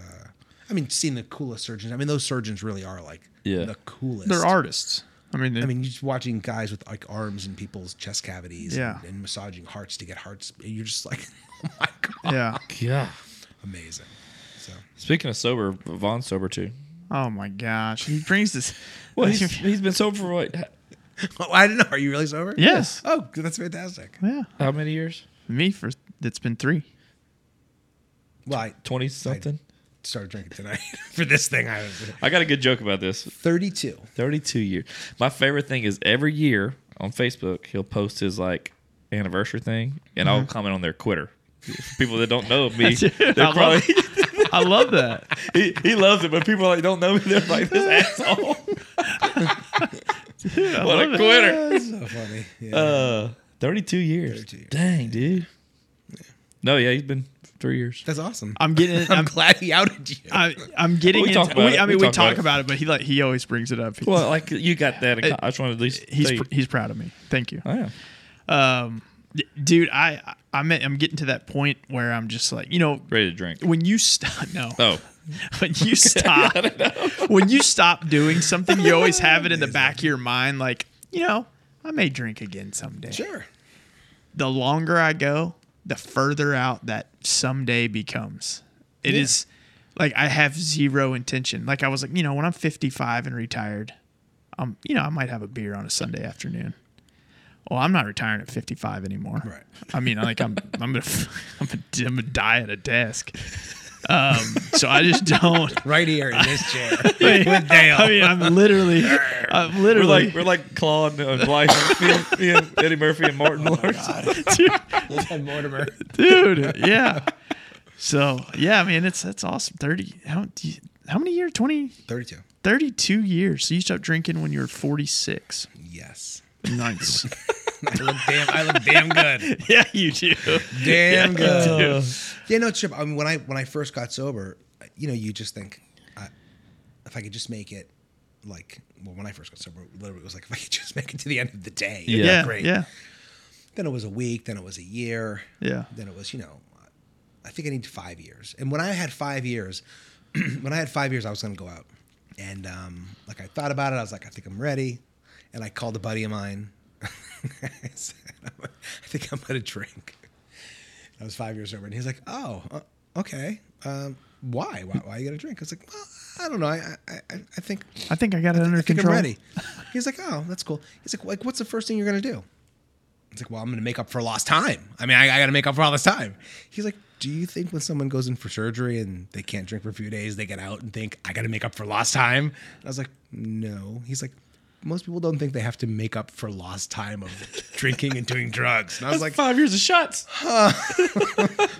E: I mean, seeing the coolest surgeons. I mean, those surgeons really are like
B: Yeah.
E: the coolest.
C: They're artists. I mean,
E: I mean, you're just watching guys with like arms in people's chest cavities
C: Yeah.
E: and, and massaging hearts to get hearts. and You're just like, oh my god,
C: yeah.
B: Yeah.
E: amazing. So
B: Speaking of sober, Vaughn's sober too.
C: Oh my gosh, he brings this.
B: Well, he's, he's been sober for what?
E: Oh, I don't know. Are you really sober?
C: yes,
E: Oh, that's fantastic.
C: yeah.
B: How many years?
C: Me for that's been three.
E: Well, I
B: Twenty something.
E: started drinking tonight for this thing. I was uh,
B: I got a good joke about this.
E: 32.
B: 32 years. My favorite thing is every year on Facebook, he'll post his like anniversary thing and I'll comment on their quitter. People that don't know me, they're
C: I love
B: probably
C: I love that.
B: he, he loves it, but people that don't know me, they're like this asshole. what a quitter.
E: That's so funny. Yeah.
B: Uh, 32 years.
E: 32 years.
B: Dang, dude. No, yeah, he's been three years.
E: that's awesome.
C: I'm getting.
E: I'm
C: I'm,
E: glad he outed you.
C: I, I'm getting.
B: We talk
C: into,
B: about
C: we,
B: it.
C: I mean, we, talk, about,
B: it.
C: it. but he like he always brings it up. He-
B: Well, like you got that. I just wanted to at least
C: he's
B: say-
C: pr- he's proud of me. Thank you.
B: I am.
C: Um, d- dude, I I'm at, I'm getting to that point where I'm just like, you know,
B: ready to drink.
C: when you stop, no,
B: Oh,
C: when you stop, when you stop doing something, you always have it in the back of your mind, like, you know, I may drink again someday.
E: sure.
C: The longer I go, the further out that someday becomes. It is like I have zero intention. Like I was like, you know, when I'm 55 and retired, um, you know, I might have a beer on a Sunday afternoon. Well, I'm not retiring at 55 anymore.
E: Right.
C: I mean, like I'm, I'm gonna, I'm gonna, I'm gonna die at a desk. Um, so I just don't.
E: Right here in this chair.
C: With Dale. I mean, I'm literally, I'm
B: we're
C: literally.
B: like we're like Claude and Blythe, me and- me and Eddie Murphy and Martin Lawrence.
E: and Mortimer.
C: dude. Yeah. So yeah, I mean it's that's awesome. Thirty. How do you, how many years? 20,
E: 32.
C: 32 years. So you stopped drinking when you were forty six.
E: Yes.
C: Nice.
E: I look damn, I look damn good.
C: yeah, you do.
E: Damn good. Yeah, no, it's true. I mean, when I when I first got sober, you know, you just think, I, if I could just make it, like, well, when I first got sober, literally it was like, if I could just make it to the end of the day, it'd be
C: Yeah,
E: great.
C: yeah,
E: Then it was a week. Then it was a year.
C: yeah.
E: Then it was, you know, I think I need five years. And when I had five years, when I had five years, I was going to go out, and um, like I thought about it, I was like, I think I'm ready, and I called a buddy of mine. I said, I think I'm going to drink. I was five years sober, and he's like, "Oh, uh, okay. Um, why? why? Why you got to drink?" I was like, "Well, I don't know. I, I, I I think
C: I think I got it under
E: I think
C: control.
E: I'm ready. He's like, oh, that's cool. He's like, like, what's the first thing you're gonna do? It's like, well, I'm gonna make up for lost time. I mean, I, I gotta make up for all this time. He's like, do you think when someone goes in for surgery and they can't drink for a few days, they get out and think I gotta make up for lost time? And I was like, no. He's like, most people don't think they have to make up for lost time of drinking and doing drugs. And I was like,
B: five years of shots.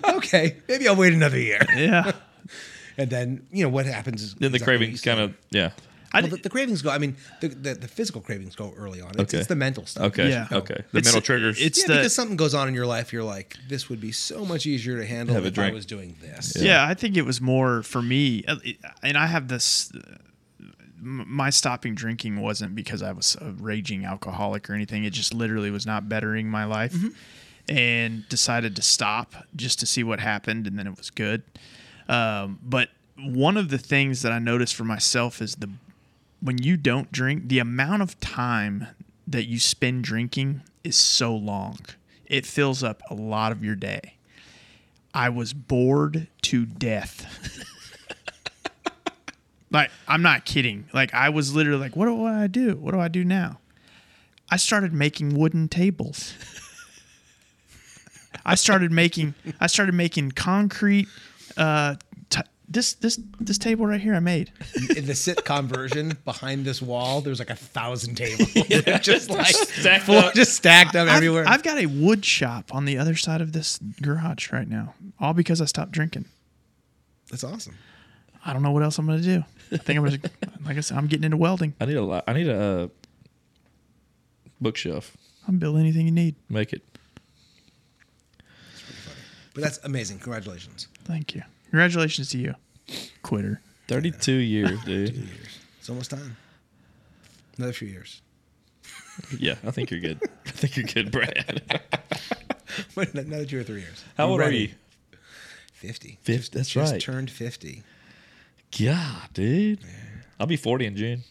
E: okay, maybe I'll wait another year.
C: Yeah.
E: And then you know what happens is
B: Then the cravings kind of yeah.
C: I
E: well, the,
C: d-
E: the cravings go. I mean, the, the, the physical cravings go early on. It's,
B: Okay.
E: it's the mental stuff.
B: Okay.
C: Yeah.
B: Okay. The
C: It's-
B: mental triggers.
C: It's
E: yeah,
C: the
E: because something goes on in your life, you're like, this would be so much easier to handle
B: Have a
E: if I
B: drink.
E: was doing this.
C: yeah. I think it was more for me, uh, it- and I have this. uh, m- My stopping drinking wasn't because I was a raging alcoholic or anything. It just literally was not bettering my life, and decided to stop just to see what happened, and then it was good. Um, but one of the things that I noticed for myself is the when you don't drink, the amount of time that you spend drinking is so long. It fills up a lot of your day. I was bored to death. like, I'm not kidding. Like, I was literally like, what do I do? What do I do now? I started making wooden tables. I started making I started making concrete uh t- this this this table right here I made.
E: In the sitcom version, behind this wall, there's like a thousand tables. They're just like
B: stacked
E: full-
B: up.
E: just stacked up everywhere.
C: I've, I've got a wood shop on the other side of this garage right now, all because I stopped drinking.
E: That's awesome.
C: I don't know what else I'm gonna do. I think I'm gonna, like I said, I'm getting into welding.
B: I need a lot. I need a uh, bookshelf.
C: I'm building anything you need.
B: Make it.
E: But that's amazing. Congratulations.
C: Thank you. Congratulations to you, quitter.
B: 32 years, dude.
E: It's almost time. Another few years.
B: yeah, I think you're good. I think you're good, Brad.
E: Another two or three years.
B: How
E: I'm
B: old are
E: ready.
B: you?
E: 50.
B: Fif-
E: Just-
B: that's
E: just
B: right.
E: turned 50.
B: God, dude. I'll be 40 in June.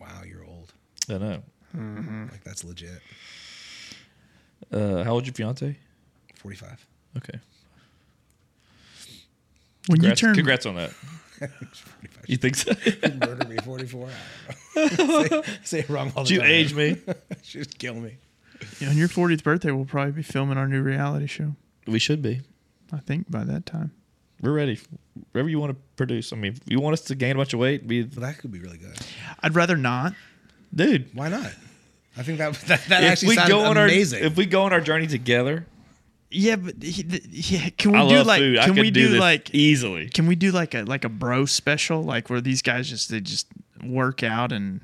E: Wow, you're old.
B: I know.
E: Like, that's legit.
B: Uh, how old's your fiance?
E: 45.
B: Okay.
C: When you
B: Congrats,
C: turn
B: congrats on that. you think so?
E: Murder me, 44. I don't know. say, say it wrong all the
B: you
E: time.
B: age me.
E: Just kill me.
C: you know, on your 40th birthday, we'll probably be filming our new reality show.
B: We should be.
C: I think by that time.
B: We're ready. Whatever you want to produce. I mean, if you want us to gain a bunch of weight, be
E: But that could be really good.
C: I'd rather not.
B: dude.
E: Why not? I think that that, that
B: If
E: actually
B: we
E: sounded
B: go on
E: amazing.
B: our if we go on our journey together,
C: Yeah, but he, th- yeah, can we
B: I
C: do
B: love
C: like
B: food. I
C: can
B: could
C: we
B: do,
C: do,
B: this
C: like
B: easily.
C: can we do like a like a bro special like where these guys just they just work out and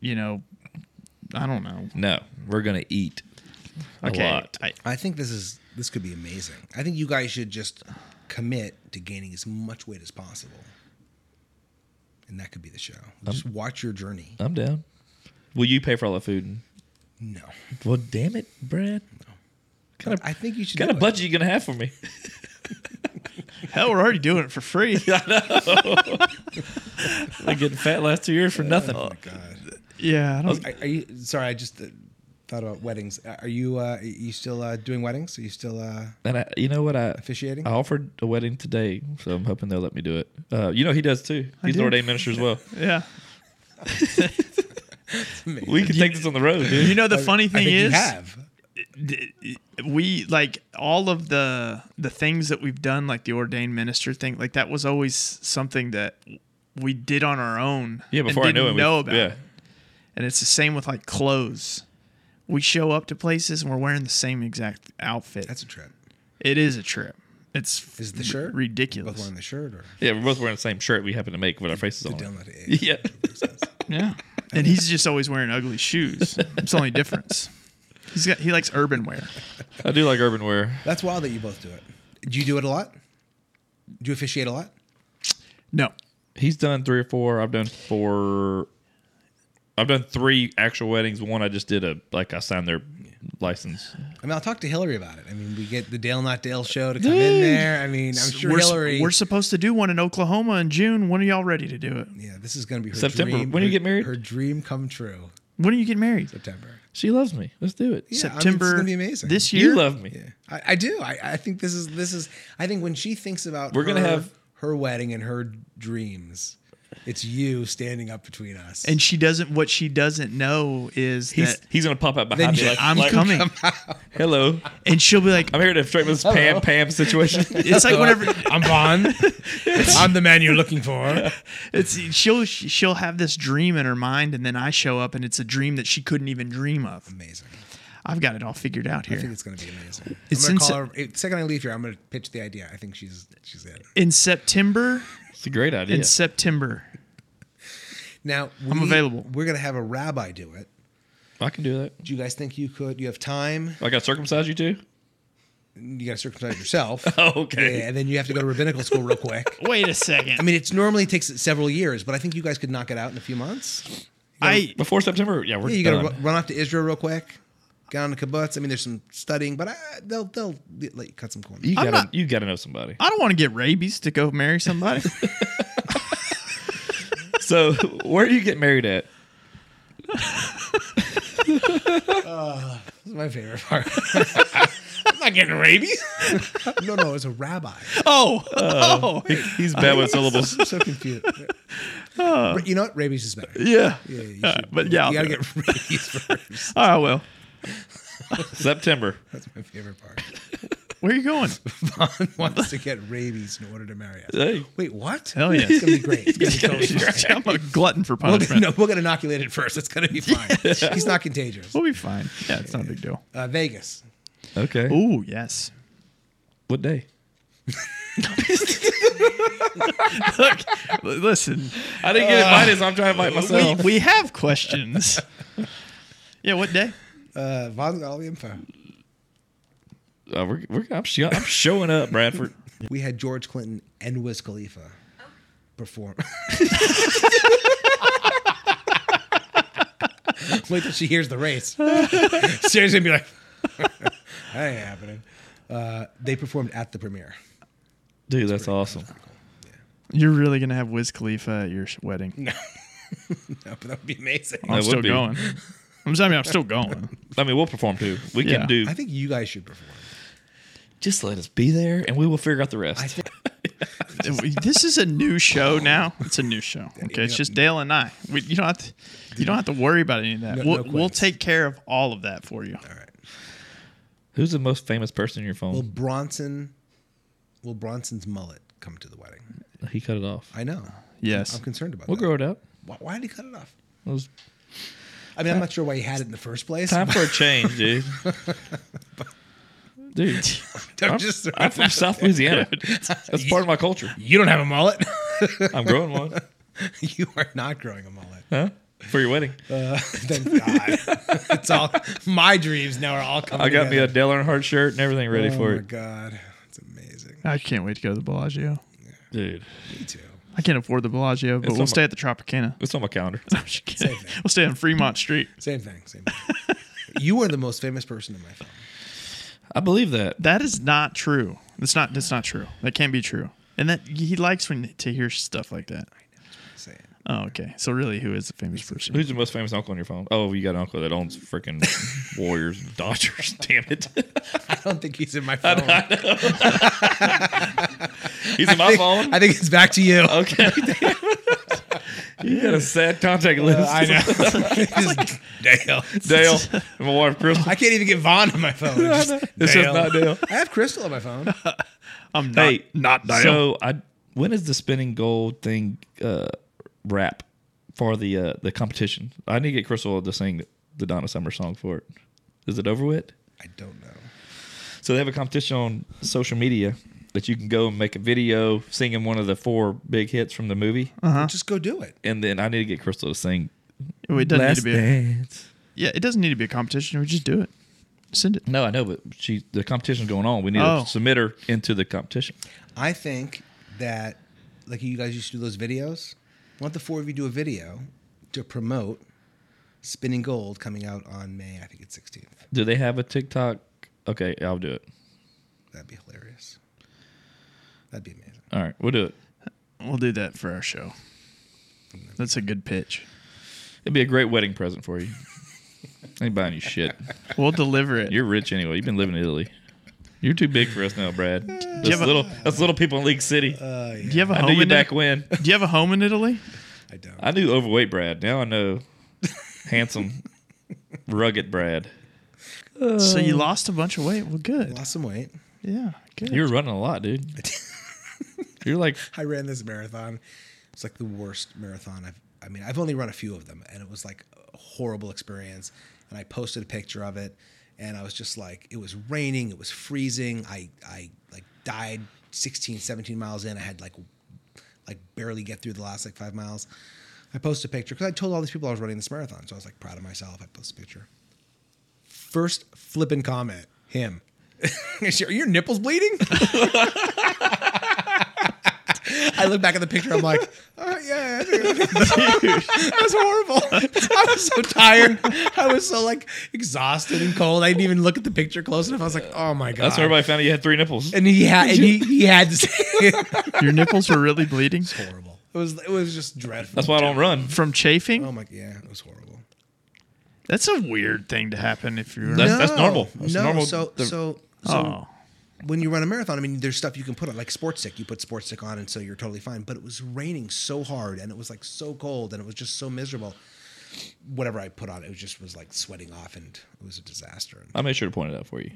C: you know I don't know.
B: No, we're gonna eat a
C: Okay.
B: lot.
C: I,
E: I think this is this could be amazing. I think you guys should just commit to gaining as much weight as possible, and that could be the show.
B: Um,
E: Just watch your journey.
B: I'm down. Will you pay for all the food?
E: No,
B: Well, damn it, Brad. Kind of,
E: I think you should.
B: kind
E: do
B: of
E: it.
B: budget you gonna have for me?
C: hell, we're already doing it for free.
B: I'm getting fat last two years for nothing.
C: Uh,
E: Oh my God.
C: yeah, I don't,
E: Are, are you sorry? I just uh, thought about weddings. Are you uh, are you still uh, doing weddings? Are you still? Uh,
B: And I, you know what? I
E: Officiating?
B: I offered a wedding today, so I'm hoping they'll let me do it. Uh, you know he does too. He's
C: do.
B: an ordained minister as well.
C: yeah.
B: We can take this on the road, dude.
C: You know the funny
E: I
C: thing
E: think
C: is
E: you have.
C: d- we like all of the the things that we've done like the ordained minister thing like that was always something that we did on our own
B: Yeah,
C: and
B: before I
C: didn't
B: knew it, we-
C: know about
B: yeah.
C: it. and it's the same with like clothes we show up to places and we're wearing the same exact outfit
E: That's a trip.
C: it is a trip it's
E: Is it the
C: r-
E: shirt Both
C: ridiculous
E: wearing the shirt or
B: Yeah, we're both wearing the same shirt we happen to make with our faces on. it.
E: down that A.
B: Yeah,
C: yeah and he's just always wearing ugly shoes it's the only difference he's got he likes urban wear
B: I do like urban wear.
E: That's wild that you both do it. Do you do it a lot? Do you officiate a lot?
C: no
B: He's done three or four. I've done four. I've done three actual weddings. One I just did a like I signed their license.
E: I mean, I'll talk to Hillary about it. I mean, we get the Dale Not Dale show to come in there. I mean, I'm sure
C: we're, s-
E: Hillary.
C: we're supposed to do one in Oklahoma in June. When are y'all ready to do it?
E: yeah, this is going to be her
B: September.
E: Dream,
B: When do you
E: her-
B: get married?
E: Her dream come true.
C: When do you get married?
E: September.
B: She loves me. Let's do it.
E: Yeah, I mean, it's
C: September.
E: gonna be amazing.
C: This year.
B: You love me.
E: I, I do. I, I think this is this is. I think when she thinks about
B: We're gonna
E: her-
B: have-
E: her wedding and her dreams, it's you standing up between us.
C: and she doesn't. What she doesn't know is
B: He's
C: that
B: he's gonna pop up behind
E: Then
B: me like,
C: I'm
B: like,
C: coming,
B: Hello,
C: and she'll be like,
B: I'm here to straighten this Pam Pam situation.
C: "It's like whenever
E: I'm Vaughn. I'm the man you're looking for.
C: it's she'll she'll have this dream in her mind, and then I show up, and it's a dream that she couldn't even dream of.
E: Amazing.
C: I've got it all figured out
E: I think
C: here.
E: it's going to be amazing.
C: It's
E: I'm
C: sensa-
E: gonna call her, eh, second I leave here, I'm going to pitch the idea. I think she's she's in.
C: In September,
B: It's a great idea.
C: in September,
E: Now we,
C: I'm available.
E: We're going to have a rabbi do it.
B: I can do that.
E: Do you guys think you could? You have time.
B: I got circumcised you too.
E: You got to circumcise yourself.
B: Okay.
E: Yeah, and then you have to go to rabbinical school real quick.
C: wait a second.
E: I mean, it's normally takes several years, but I think you guys could knock it out in a few months.
C: I
B: Before September, yeah, we're
E: Yeah, you got
B: done.
E: to run off to Israel real quick. Get on the kibbutz. I mean, there's some studying, but I, they'll they'll let you cut some corners.
B: you gotta
C: not-
B: you gotta know somebody.
C: I don't want to get rabies to go marry somebody.
B: So where do you get married at?
E: This is my favorite part. I'm not getting rabies. no, no, it's a rabbi.
C: oh, oh,
B: He's bad with syllables.
E: I'm so confused.
C: Uh.
E: Ra- you know what? Rabies is better.
C: yeah.
E: Yeah, you
C: Uh,
E: should-
C: but yeah, I'll
E: you gotta
C: do
E: get rabies first.
C: Oh well.
B: September.
E: That's my favorite part.
C: Where are you going?
E: Vaughn wants to get rabies in order to marry us.
B: Hey.
E: Wait, what?
C: Hell yeah.
E: It's gonna be great. It's gonna be totally fine.
C: I'm a glutton for
E: We'll
C: punishment.
E: get, no, we'll get inoculated first. It's gonna be fine. He's not contagious.
C: We'll be fine. Yeah, it's not a big deal.
E: Uh, Vegas.
B: Okay.
C: Oh yes.
B: What day?
C: Look, l- listen,
B: I didn't get invited, so I'm trying to invite
C: we,
B: myself.
C: we have questions. Yeah, what day?
E: Uh, Vaughn's got all the info.
B: Uh, we're, we're, I'm, sh- I'm showing up, Bradford.
E: We had George Clinton and Wiz Khalifa perform. Wait till she hears the race. Seriously, be like, that ain't happening. Uh, they performed at the premiere.
B: Dude, that's awesome.
C: You're really gonna have Wiz Khalifa at your sh- wedding?
E: No, but that would be amazing.
B: That
C: I'm
B: would
C: still
B: be.
C: going. I'm sorry, I'm still going.
B: I mean, we'll perform too. We
C: Yeah.
B: can do.
E: I think you guys should perform.
B: Just let us be there, and we will figure out the rest.
E: I think
C: this is a new show now. It's a new show. Okay, it's just Dale and I. We, you don't have to. You don't have to worry about any of that.
E: No-
C: we'll,
E: no
C: we'll
E: questions.
C: take care of all of that for you.
B: Who's the most famous person in your
E: Will
B: phone?
E: Bronson, will Bronson's mullet come to the wedding?
B: he cut it off.
E: I know.
C: Yes.
E: I'm concerned about
B: We'll
E: that.
B: grow it out.
E: Why, why did he cut it off?
B: It was
E: I mean, I'm not sure why he had it in the first place.
B: time for a change, dude. Dude,
E: I'm
B: I'm,
E: just-
B: I'm from South Louisiana. That's part of my culture.
E: you don't have a mullet.
B: I'm growing one
E: you are not growing a mullet.
B: for your wedding.
E: Thank God. it's all my dreams now are all coming.
B: I got me a
E: together.
B: Dale Earnhardt shirt and everything ready
E: Oh
B: for
E: my
B: it,
E: God, it's amazing.
C: I can't wait to go to the Bellagio.
B: dude.
E: Me too.
C: I can't afford the Bellagio, but
B: It's
C: we'll
B: on
C: stay
B: my-
C: at the Tropicana.
B: It's on my calendar.
C: I'm just kidding. We'll stay on Fremont Street.
E: Same thing. Same thing. you are the most famous person in my family.
B: I believe that.
C: That is not true. That's not. That's not true. That can't be true. And that he likes when to hear stuff like that.
E: Say it.
C: Oh, okay. So really, who is the famous person?
B: Who's the most famous uncle on your phone? Oh, you got an uncle that owns freaking Warriors and Dodgers. Damn it.
E: I don't think he's in my phone. I,
B: He's in my
E: think,
B: phone.
E: I think it's back to you.
B: okay. Uh, you got a sad contact list.
E: I know. Just Dale.
B: Dale and my wife Crystal.
E: I can't even get Vaughn on my phone. It's just
B: It's just not Dale.
E: I have Crystal on my phone.
C: I'm not.
B: Hey,
C: not Dale.
B: So I when is the spinning gold thing uh wrap for the uh the competition? I need to get Crystal to sing the Donna Summer song for it. Is it over with?
E: I don't know.
B: So they have a competition on social media that you can go and make a video singing one of the four big hits from the movie.
C: Uh.
E: Just go do it.
B: And then I need to get Crystal to sing
C: Well, it doesn't need
B: Last
C: to be.
B: Dance.
C: Yeah, it doesn't need to be a competition. We just do it. Send it.
B: No, I know, but she the competition's going on. We need
C: Oh.
B: to submit her into the competition.
E: I think that, like you guys used to do those videos, why don't the four of you do a video to promote Spinning Gold coming out on May, I think it's 16th.
B: Do they have a TikTok? Okay, I'll do it.
E: That'd be hilarious. That'd be amazing.
B: All right, we'll do it.
C: We'll do that for our show. That's a good pitch.
B: It'd be a great wedding present for you. Ain't buying you shit.
C: We'll deliver it.
B: You're rich anyway. You've been living in Italy. You're too big for us now, Brad. That's
C: have a-
B: little. That's little people in League City.
E: Uh,
C: do you have a
B: I
C: home
B: knew you
C: in
B: back
C: Italy?
B: when.
C: Do you have a home in Italy?
E: I don't.
B: I knew overweight Brad. Now I know handsome, rugged Brad.
C: so
B: Uh,
C: you lost a bunch of weight. Well, good.
E: Lost some weight.
C: Yeah, good.
B: You're running a lot, dude. You're like
E: I ran this marathon. It's like the worst marathon I've. I mean, I've only run a few of them, and it was like a horrible experience. And I posted a picture of it, and I was just like, it was raining, it was freezing. I I like died 16, 17 miles in. I had like like barely get through the last like five miles. I posted a picture because I told all these people I was running this marathon, so I was like proud of myself. I posted a picture. First flippin' comment, him. Are your nipples bleeding? I look back at the picture. I'm like, oh yeah, dude. that was horrible. I was so tired. I was so like exhausted and cold. I didn't even look at the picture close enough. I was like, oh my god.
B: that's where everybody found out you had three nipples.
E: And he had. And he, he had to say it.
C: Your nipples were really bleeding
E: horrible. It was. It was just dreadful.
B: That's why I don't run.
C: from
E: Oh
B: Um,
C: chafing.
E: my. Yeah, it was horrible.
C: That's a weird thing to happen if you're.
B: That's- that's normal. That's
E: no.
B: normal.
E: So
B: The-
E: so so
C: oh,
E: when you run a marathon, I mean, there's stuff you can put on, like sports stick. You put sports stick on, and so you're totally fine. But it was raining so hard, and it was like so cold, and it was just so miserable. Whatever I put on, it was just was like sweating off, and it was a disaster and
B: I made sure to point it out for you.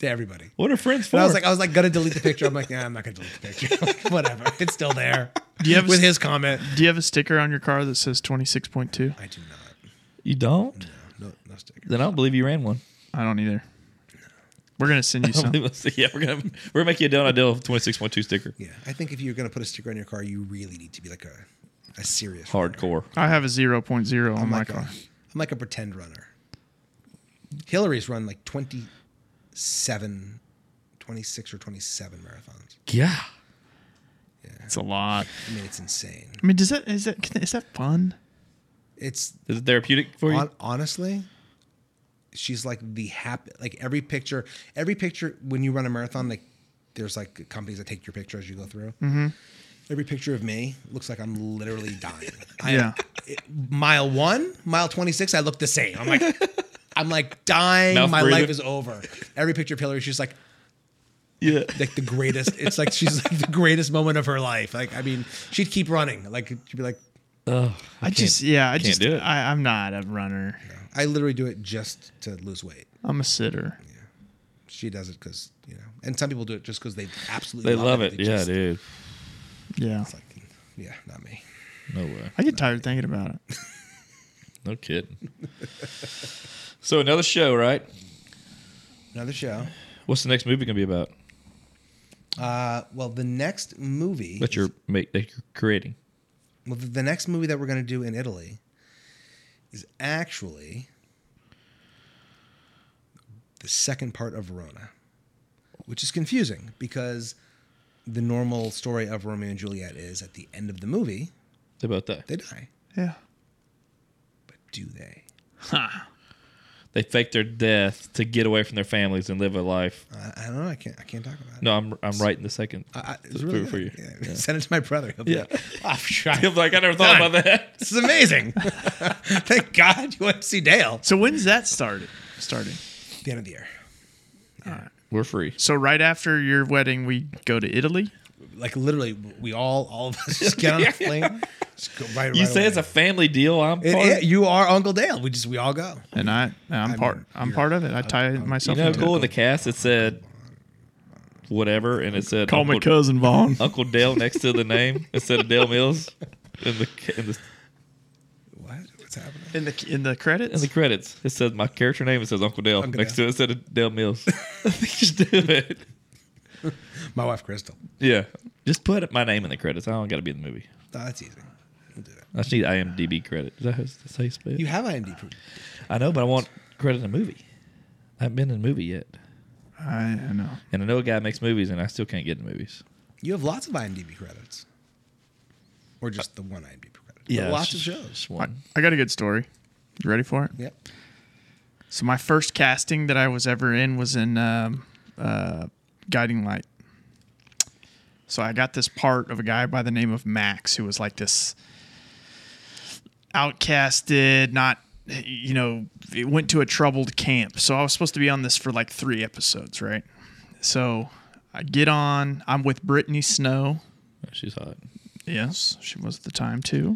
E: to everybody.
B: What are friends for?
E: And I was like, "Oh." I was like, gonna delete the picture. I'm like, nah, I'm not gonna delete the picture. Like, Whatever, it's still there.
C: Do you have a
E: with
C: s-
E: his comment?
C: do you have a sticker on your car that says twenty six point two?
E: I do not.
B: you don't?
E: No, no sticker.
B: Then I don't believe you ran one.
C: I don't either. We're gonna send you
B: I don't
C: some.
B: believe us- yeah, we're gonna we're gonna make you a Dell Dell twenty six point two sticker.
E: Yeah, I think if you're gonna put a sticker on your car, you really need to be like a a serious
B: Hardcore.
C: I have a 0.0 on
E: I'm
C: my
E: like a,
C: car.
E: I'm like a pretend runner. Hillary's run like 27, 26 or 27 marathons.
B: Yeah.
C: It's a lot.
E: I mean, it's insane.
C: I mean, does that is that is that fun?
E: It's
B: Is it therapeutic for you?
E: hon- honestly, she's like the happy, like every picture, every picture when you run a marathon, like there's like companies that take your picture as you go through.
B: Mm-hmm.
E: Every picture of me looks like I'm literally dying. I-
C: Yeah.
E: it- mile one, mile 26, I look the same. I'm like, I'm like dying.
B: Mouth
E: My
B: breathing.
E: life is over. Every picture of Hillary, she's like,
B: Yeah.
E: like the greatest. It's like she's like the greatest moment of her life. Like I mean, she'd keep running. Like she'd be like,
B: Oh,
C: I just, yeah, I just,
B: do it.
C: I, I'm not a runner.
E: I literally do it just to lose weight.
C: I'm a sitter.
E: She does it because you know, and some people do it just because they absolutely
B: They love it.
E: They
B: Yeah,
E: just-
B: dude.
C: Yeah.
E: it's like, yeah, not me.
B: No way.
C: I get tired thinking about it.
B: No kidding. so another show, right?
E: Another show.
B: What's the next movie gonna be about?
E: Uh, well, the next movie
B: That you're make that you're creating.
E: Well, the, the next movie that we're going to do in Italy is actually the second part of Verona, which is confusing because the normal story of Romeo and Juliet is at the end of the movie,
B: They both die.
E: they die.
C: Yeah.
E: But do they?
B: They fake their death to get away from their families and live a life.
E: I, I don't know. I can't, I can't talk about it.
B: No, I'm I'm writing the second
E: I, I, it's
B: for-
E: really
B: for you.
E: good. Yeah. Send it to my brother. He'll be
B: Yeah.
E: like, "Oh, sure.
B: He'll be like, I never thought about that.
E: This is amazing. Thank God you went to see Dale.
C: So when's that started? Starting.
E: At the end of the year.
B: We're free.
C: So right after your wedding, we go to Italy.
E: like literally we all all of us just get on a plane just go right, right
B: You say it's a
E: away.
B: family deal. I'm
E: It-
B: part.
E: it- you are uncle dale we just we all go
C: And I, I'm part, I'm part of it. I tie
B: You
C: myself.
B: know,
C: into
B: cool
C: it.
B: in the cast. It said whatever, and it said
C: Call me
B: Uncle,
C: cousin Vaughn.
B: Uncle Dale next to the name instead of Dale Mills in the in the
E: what what's happening
C: In the in the credits.
B: in the credits. It says my character name. It says Uncle Dale
E: Uncle
B: next
E: Dale.
B: to it instead of Dale Mills. Just do it.
E: my wife crystal
B: Yeah, just put my name in the credits. I don't got to be in the movie.
E: no, that's easy we'll do that
B: I just need IMDb credit. Is that how that's how you spell it?
E: you have imdb proof.
B: I know, but I want credit in a movie. I haven't been in a movie yet,
C: I, I know.
B: and I know a guy makes movies, and I still can't get in movies.
E: you have lots of imdb credits or just the one imdb credit But
B: Yeah,
E: lots of
B: it's
E: shows
B: Just one.
C: I got a good story. You ready for it?
E: yep
C: So my first casting that I was ever in was in um, uh, Guiding Light. So I got this part of a guy by the name of Max, who was like this outcasted, not you know, it went to a troubled camp. So I was supposed to be on this for like three episodes, right? So I get on. I'm with Brittany Snow.
B: She's hot.
C: Yes, she was at the time too.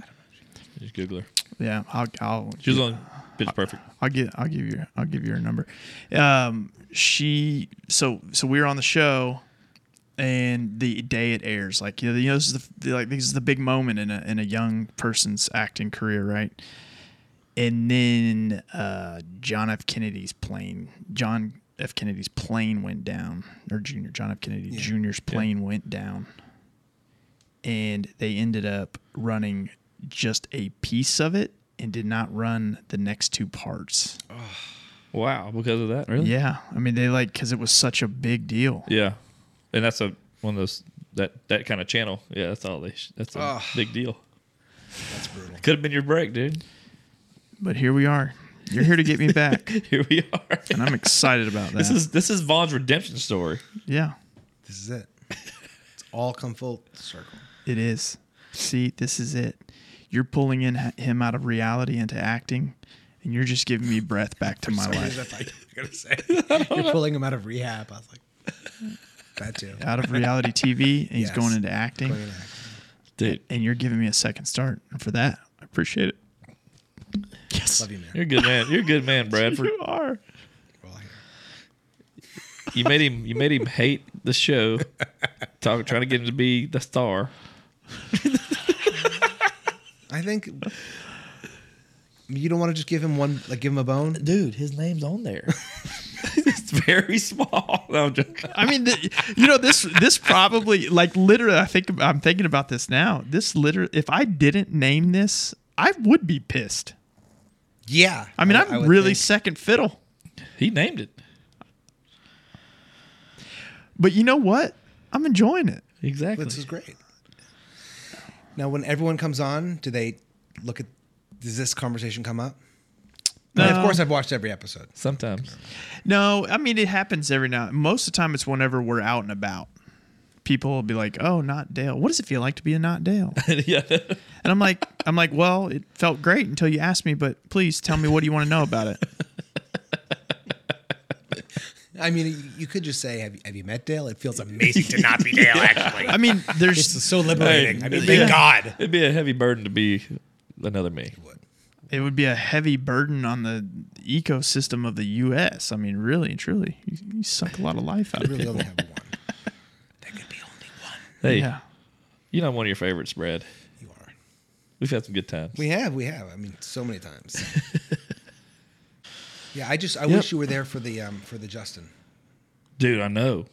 B: Just Google her.
C: Yeah, I'll, I'll
B: She was on Pitch Perfect.
C: I'll get I'll give you I'll give you her number. Um, she so so we were on the show, and the day it airs, like you know, you know this is the like this is the big moment in a in a young person's acting career, right? And then uh, John F. Kennedy's plane, John F. Kennedy's plane went down, or Junior John F. Kennedy Junior's plane went down, and they ended up running just a piece of it and did not run the next two parts.
B: Wow, because of that, really?
C: Yeah, I mean they like because it was such a big deal.
B: Yeah, and that's a one of those that that kind of channel. Yeah, that's all they. Sh- that's a big deal.
E: that's brutal
B: Could have been your break, dude.
C: But here we are. You're here to get me back,
B: Here we are.
C: and I'm excited about that.
B: This is this is Vaughn's redemption story.
C: yeah,
E: this is it it's all come full circle
C: it is. See, this is it. You're pulling in h- him out of reality into acting, and you're just giving me breath back to my
E: Sorry,
C: life.
E: that's what i was gonna say you're pulling him out of rehab i was like that too
C: Out of reality TV, and he's
E: Yes.
C: going into acting,
E: Bring it back.
B: Dude,
C: and you're giving me a second start. And for that, I appreciate it. Yes,
E: love you man
B: you're a good man. You're a good man, Bradford.
C: you are.
E: We're all here.
B: You made him. You made him hate the show. Talk, trying to get him to be the star.
E: I think you don't want to just give him one, like give him a bone.
B: Dude, his name's on there. it's very small. No, I'm joking.
C: I mean, th you know this. This probably like literally. I think I'm thinking about this now. This literally, if I didn't name this, I would be pissed.
E: Yeah,
C: I mean, I, am
E: would
C: really
E: think-
C: second fiddle.
B: He named it
C: But you know what? I'm enjoying it.
B: exactly.
E: this is great. Now, when everyone comes on, do they look at? Does this conversation come up? I mean, of course, I've watched every episode.
B: Sometimes
C: No, I mean it happens every now. Most of the time, it's whenever we're out and about. People will be like, "Oh, not Dale. What does it feel like to be a not Dale?"
B: yeah.
C: And I'm like, "I'm like, well, it felt great until you asked me, but please tell me what do you want to know about it."
E: I mean, you could just say, "Have you, have you met Dale?" It feels amazing to not be Dale. Actually,
C: I mean,
E: this
C: there's
E: is so liberating. I mean,
B: yeah.
E: thank God.
B: It'd be a heavy burden to be another me.
C: it would be a heavy burden on the ecosystem of the U.S. I mean, really and truly, you, you suck a lot of life out of
E: Really
C: people.
E: only have one. There could be only one.
B: Hey,
C: Yeah.
B: you know I'm one of your favorites, Brad.
E: You are.
B: We've had some good times.
E: We have, we have. I mean, so many times. yeah, I just I wish you were there for the um for the Justin.
B: Dude, I know.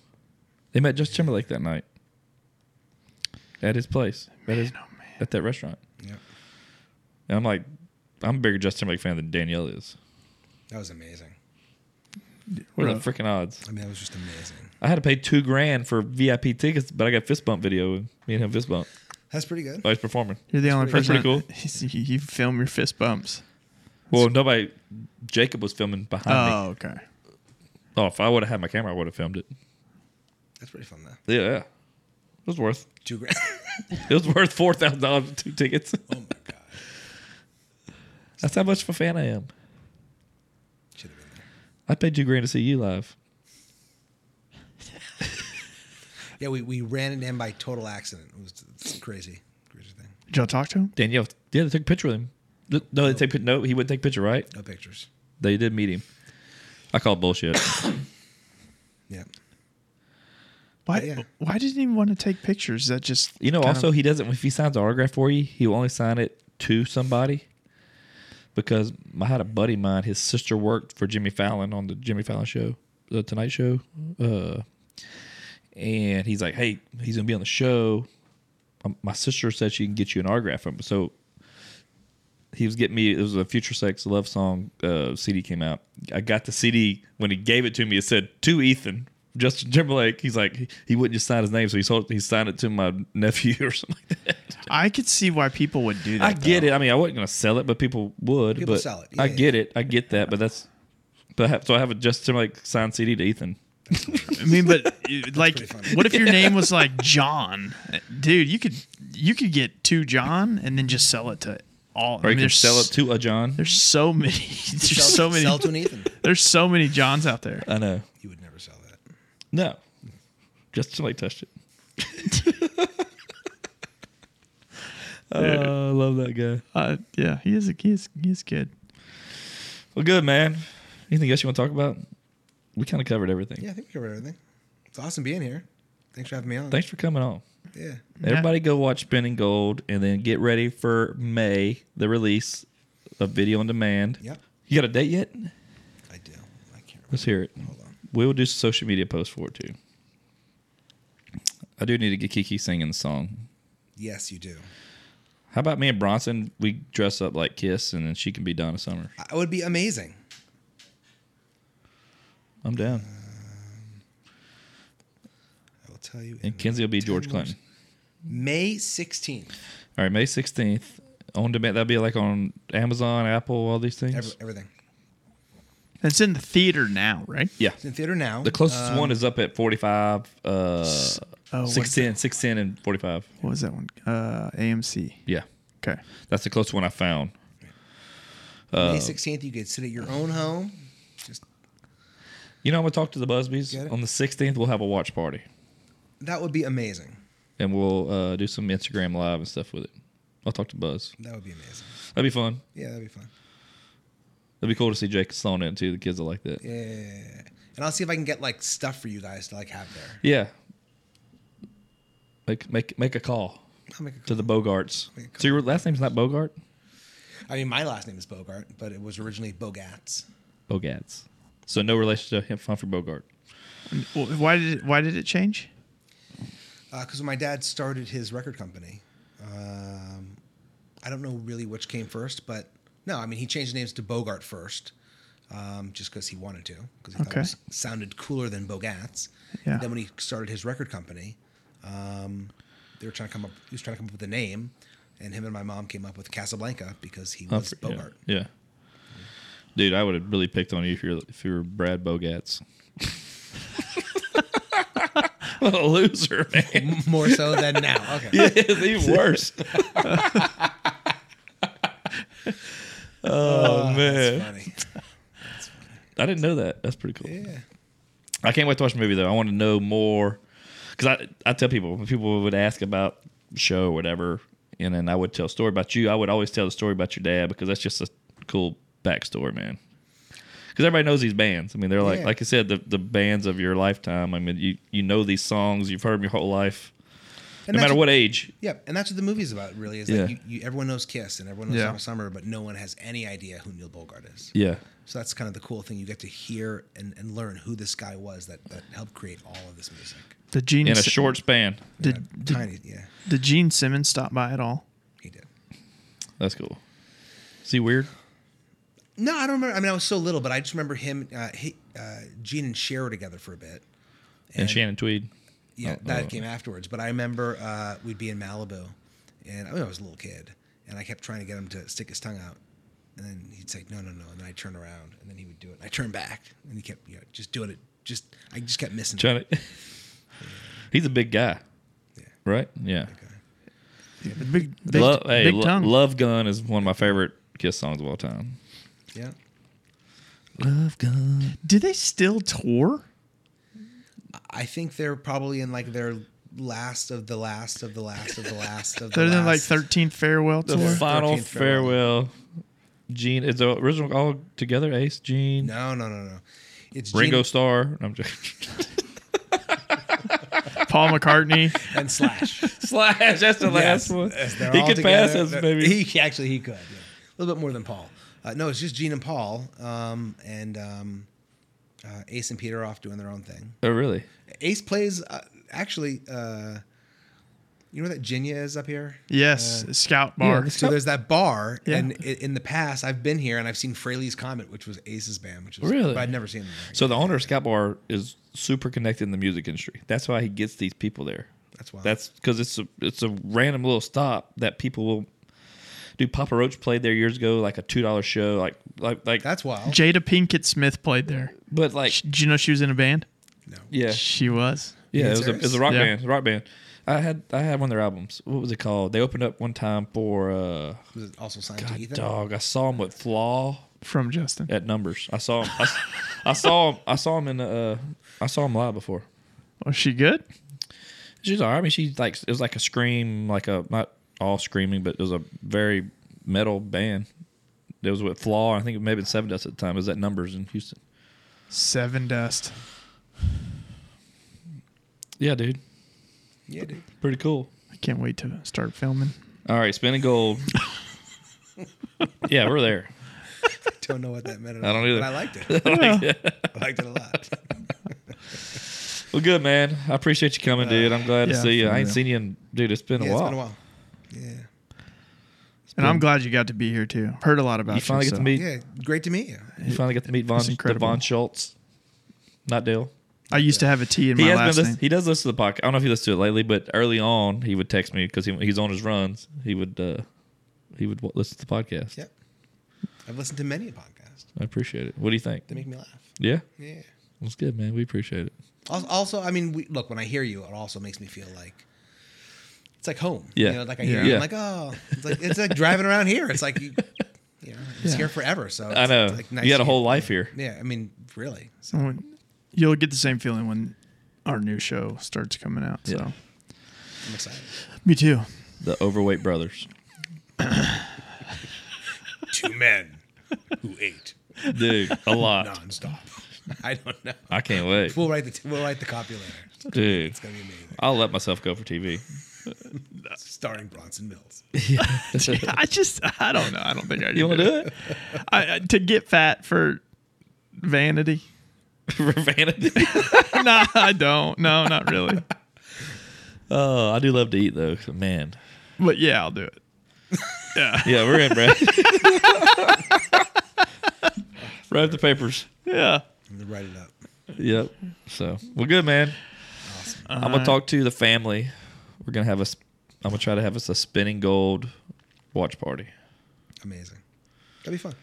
B: They met Justin Timberlake that night. At his place. at, his,
E: oh,
B: at that restaurant.
E: Yeah,
B: And I'm like, I'm a bigger Justin Timberlake fan than Danielle is.
E: that was amazing.
B: What are the freaking odds?
E: I mean, that was just amazing.
B: I had to pay two grand for VIP tickets, but I got fist bump video. and Me and him fist bump.
E: That's pretty good.
B: I was performing.
C: You're the only
B: That's
C: person.
B: pretty
C: that- you you film your fist bumps.
B: Well, nobody. Jacob was filming behind
C: Oh,
B: me.
C: okay.
B: Oh, if I would have had my camera, I would have filmed it.
E: That's pretty fun though.
B: Yeah, it was worth.
E: Two grand.
B: It was worth four thousand dollars for two tickets.
E: oh my God,
B: That's how much of a fan I am.
E: should have been there.
B: I paid two grand to see you live.
E: Yeah, we, we ran into him by total accident. It was it's crazy, crazy thing.
C: Did y'all talk to him?
B: Danielle, yeah, they took a picture with him. Th- No, they take pic- no. He wouldn't take a picture, right?
E: No pictures.
B: They did meet him. I call bullshit.
E: Yeah,
C: Why?
E: Yeah.
C: Why didn't he want to take pictures? Is that just
B: You know,
C: kind
B: also
C: of-
B: he doesn't. If he signs an autograph for you, he will only sign it to somebody. Because I had a buddy of mine. His sister worked for Jimmy Fallon on the Jimmy Fallon show, the Tonight Show, uh, and he's like, "Hey, he's gonna be on the show." Um, My sister said she can get you an autograph from him. So he was getting me. It was a Future Sex Love song uh, CD came out. I got the CD when he gave it to me. It said to Ethan Justin Timberlake. He's like he, he wouldn't just sign his name, so he sold, he signed it to my nephew or something like that.
C: I could see why people would do that.
B: I get it. I mean, I wasn't gonna sell it, but people would.
E: People
B: but
E: sell it.
B: I
E: Yeah,
B: get it. I get that. But that's but I have, so I have a Justin Timberlake signed CD to Ethan.
C: I mean, but like, what if your name was like John, dude? You could you could get two John and then just sell it to all.
B: Or you
C: I mean,
B: can
C: there's
B: sell it to a John.
C: There's so many. There's so
E: Sell-
C: many.
E: Sell to an Ethan.
C: There's so many Johns out there.
B: I know.
E: You would never sell that.
B: No, Justin Timberlake touched it. Oh, I love that guy.
C: Uh, yeah, he is. A, he is. He is good.
B: Well, good, man. Anything else you want to talk about? We kind of covered everything.
E: Yeah, I think we covered everything. It's awesome being here. Thanks for having me on.
B: Thanks for coming on.
E: yeah.
B: Everybody go watch Spinning Gold and then get ready for May, the release of Video on Demand.
E: Yep.
B: You got a date yet?
E: I do. I can't remember.
B: Let's hear it. Hold on. We will do social media posts for it too. I do need to get Kiki singing the song.
E: Yes, you do.
B: How about me and Bronson? We dress up like Kiss and then she can be Donna Summer.
E: I- It would be amazing.
B: I'm down.
E: Uh, I will tell you.
B: And Kenzie will be George Clinton.
E: May 16th.
B: All right, May 16th. On demand. That'll be like on Amazon, Apple, all these things.
E: Every, everything.
C: It's in the theater now, right?
B: yeah.
E: It's in theater now.
B: The closest
E: Um,
B: one is up at 45, uh,
C: Oh, what's
B: 610, 610 and 45.
C: What was that one? Uh, AMC.
B: Yeah.
C: Okay.
B: That's the closest one I found.
E: Uh, May 16th, you could sit at your own home. Just
B: You know, I'm going to talk to the
E: Get
B: Busbys.
E: it?
B: On the 16th, we'll have a watch party
E: That would be amazing.
B: and we'll uh, do some Instagram live and stuff with it. I'll talk to Buzz.
E: That would be amazing.
B: That'd be fun.
E: Yeah, that'd be fun.
B: That'd be cool to see Jake Sloan in it, too. The kids will like that. Yeah.
E: Yeah, And I'll see if I can get like stuff for you guys to like have there.
B: Make, make, make a call
E: I'll make a
B: to the Bogarts.
E: Make a call.
B: So your last name's not Bogart?
E: I mean, my last name is Bogart, but it was originally Bogats.
B: Bogats. So no relation to him, Humphrey Bogart.
C: Well, why did it, Why did it change?
E: Because Uh, when my dad started his record company, um, I don't know really which came first, but no, I mean, he changed names to Bogart first. Um, just because he wanted to, because he thought
C: Okay.
E: it was, sounded cooler than Bogats.
C: Yeah.
E: Then when he started his record company, um, they were trying to come up. He was trying to come up with a name, and him and my mom came up with Casablanca because he
C: Oh,
E: was
B: Humphrey,
E: Bogart.
B: Yeah. yeah. Dude, I would have really picked on you if you're if you were Brad Bogats. what a loser, man.
E: more so than now. Okay.
B: it's even worse. oh man.
E: Funny.
B: I didn't know that. That's pretty cool. Yeah. I can't wait to watch the movie though. I want to know more because I I tell people when people would ask about the show or whatever, and then I would tell a story about you. I would always tell the story about your dad because that's just a cool backstory, man. Because everybody knows these bands. I mean, they're like
E: Yeah.
B: like you said, the the bands of your lifetime. I mean, you you know these songs. You've heard them your whole life,
E: And
B: no
E: that's Mm-hmm.
B: matter what age.
E: Yep, and that's what the movie's about. Really, is
B: Yeah.
E: like you, you, everyone knows Kiss and everyone knows
C: Yeah.
E: Summer Summer, but no one has any idea who Neil Bogart is.
B: Yeah.
E: So that's kind of the cool thing. You get to hear and, and learn who this guy was that, that helped create all of this music. Uh,
C: The Gene
B: In a
C: Si-
B: short span,
C: did, did,
E: Tiny, yeah,
C: did Gene Simmons stop by at all?
E: he did.
B: that's cool. See, weird.
E: No, I don't remember. I mean, I was so little, but I just remember him. Uh, he, uh, Gene and Cher were together for a bit.
B: And, Shannon Tweed.
E: Yeah,
C: Uh,
B: Oh,
E: that
B: oh.
E: came afterwards. But I remember uh, we'd be in Malibu, and I, mean, I was a little kid, and I kept trying to get him to stick his tongue out, and then he'd say no, no, no, and then I would turn around, and then he would do it, and I turned back, and he kept you know, just doing it. Just I just kept missing. it.
B: Trying to. He's a big guy. Right? Yeah.
C: Big, big,
B: Love, hey,
C: big
B: Lo-
C: tongue.
B: Love Gun is one of my favorite Kiss songs of all time.
E: Yeah,
B: Love Gun.
C: Do they still tour?
E: I think they're probably in like their last of the last of the last of the last of the
C: They're
E: last.
C: in like 13th farewell
B: The
C: tour.
B: final
E: 13th
B: farewell. Gene is the original all together. Ace, Gene,
E: No, no, no, no. It's
B: Ringo
E: Gene
B: Starr. I'm just
C: Paul McCartney.
E: and Slash.
B: slash. That's the last
E: Yes,
B: one.
E: yes,
B: He
E: they're all
B: could pass
E: together.
B: us, maybe.
E: He actually he could. yeah. A little bit more than Paul. Uh, no, it's just Gene and Paul, um, and um, uh, Ace and Peter are off doing their own thing.
B: oh, really?
E: Ace plays uh, actually. Uh, you know where that Ginya is up here.
C: Yes, Scout Bar.
B: Yeah,
E: So there's that bar,
C: Yeah.
E: and i in the past I've been here and I've seen Fraley's Comet, which was Ace's band, which is
B: Really?
E: but I've never seen them. there.
B: So the owner of Scott Bar is super connected in the music industry. That's why he gets these people there.
E: That's wild.
B: That's because it's a it's a random little stop that people will. do. Papa Roach played there years ago, like a two dollar show, like like like.
E: That's wild.
C: Jada Pinkett Smith played there.
B: but like
C: Sh- Did you know she was in a band?
E: no.
B: yeah
C: She was.
B: yeah, it was, a, it
E: serious?
B: was a rock
C: Yeah.
B: band, rock band. I had I had one of their albums. What was it called? They opened up one time for uh,
E: Was it also signed to
B: God
E: Ethan?
B: dog. I saw them with Flaw
C: From Justin.
B: at Numbers. I saw him. I, s- I saw him. I saw him in uh, I saw him live before.
C: Was she good?
B: She's all right. I mean, she's like it was like a scream, like a not all screaming, but it was a very metal band. It was with Flaw. I think it may have been Seven Dust at the time. It was at Numbers in Houston.
C: Seven Dust.
B: Yeah, dude,
E: Yeah, dude.
B: pretty cool.
C: I can't wait to start filming.
B: All right, spinning gold. yeah, we're there.
E: Don't know what that meant. At
B: I don't
E: all,
B: either.
E: But I liked it. I liked it a lot.
B: Well, good man. I appreciate you coming, dude. I'm glad to
C: yeah,
B: see you.
C: for
B: I ain't
C: real.
B: seen you in dude. It's been,
E: Uh, Yeah,
B: a,
E: it's
B: while.
E: been a while. Yeah.
C: And I'm glad you got to be here too. I've heard a lot about
B: You finally get to meet.
E: Yeah, great to meet you.
B: You finally get to meet Von
C: It's incredible.
B: Von Schultz. Not Dale.
C: I used to have a T in
B: He
C: my
B: has
C: last
B: been.
C: name.
B: Listen, he does listen to the podcast. I don't know if he listens to it lately, but early on, he would text me because he, he's on his runs. He would. uh He would w- listen to the podcast.
E: Yep. I've listened to many podcasts.
B: I appreciate it. What do you think?
E: They make me laugh.
B: Yeah,
E: Yeah.
B: that's good, man. We appreciate it.
E: Also, also I mean, we, look, when I hear you, it also makes me feel like it's like home.
B: Yeah.
E: You know, like I hear
B: Yeah.
E: you,
B: Yeah.
E: I'm like, oh, it's like, it's like driving around here. It's like, you, you know, it's
C: Yeah.
E: here forever. So
B: I
E: it's,
B: know
E: it's like nice
B: you had a
E: to-
B: whole life here.
E: Yeah, I mean, really. So,
C: When- You'll get the same feeling when our new show starts coming out. So
B: Yeah.
E: I'm excited.
C: me too.
B: The overweight brothers,
E: Two men who ate
B: dude. A lot.
E: nonstop. I don't know.
B: I can't wait,
E: We'll write the we'll write the copy later. It's
B: dude.
E: gonna be amazing.
B: I'll let myself go for TV.
E: Starring Bronson Mills.
C: I just I don't know. I don't think I
B: You want to do it?
C: I, I- to get fat for vanity.
B: for vanity.
C: nah, I don't. No, not really.
B: Oh, I do love to eat though, man.
C: But yeah, I'll do it.
B: Yeah, we're in, Brad. Wrap the papers.
C: Yeah.
E: I'm gonna write it up.
B: Yep. So well, good man. I'm
C: Uh,
B: gonna talk to the family. We're gonna have a. sp- I'm gonna try to have us a spinning gold watch party.
E: Amazing. That'd be fun.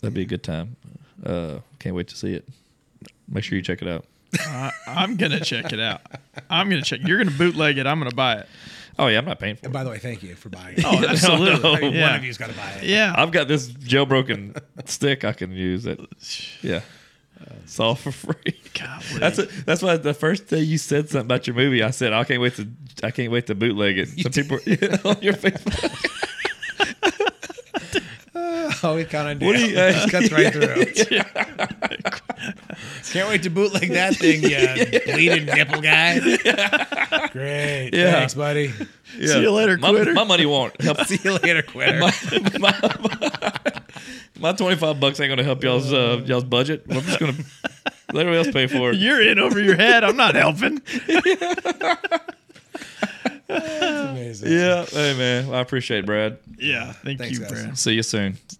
B: That'd be a good time. Uh, can't wait to see it. Make sure you check it out.
C: I'm gonna check it out. I'm gonna check. You're gonna bootleg it. I'm gonna buy it.
B: Oh yeah, I'm not paying for
E: And
B: it.
E: by the way, thank you for buying it.
C: Oh, absolutely.
E: I mean,
C: yeah.
E: One of you's got to buy it.
C: yeah.
B: I've got this jailbroken stick I can use. That yeah, it's all for free. That's a, that's why the first day you said something about your movie, I said I can't wait to I can't wait to bootleg it. Some people on your Facebook.
E: Oh, it kind of
B: What
E: did.
B: do you- uh,
E: It just cuts right through. Can't wait to bootleg that thing, you bleeding nipple guy. Great.
B: Yeah.
E: Thanks, buddy.
B: See
C: you later,
B: my,
C: quitter.
B: My money won't help.
E: See you later, quitter.
B: my, my twenty five bucks ain't gonna help y'all's uh, y'all's budget. I'm just gonna let everybody else pay for it.
C: You're in over your head. I'm not helping.
E: Amazing.
B: Yeah, hey man, Well, I appreciate it, Brad.
C: Yeah. Thank
E: Thanks,
C: you,
E: guys.
C: Brad.
B: See you soon.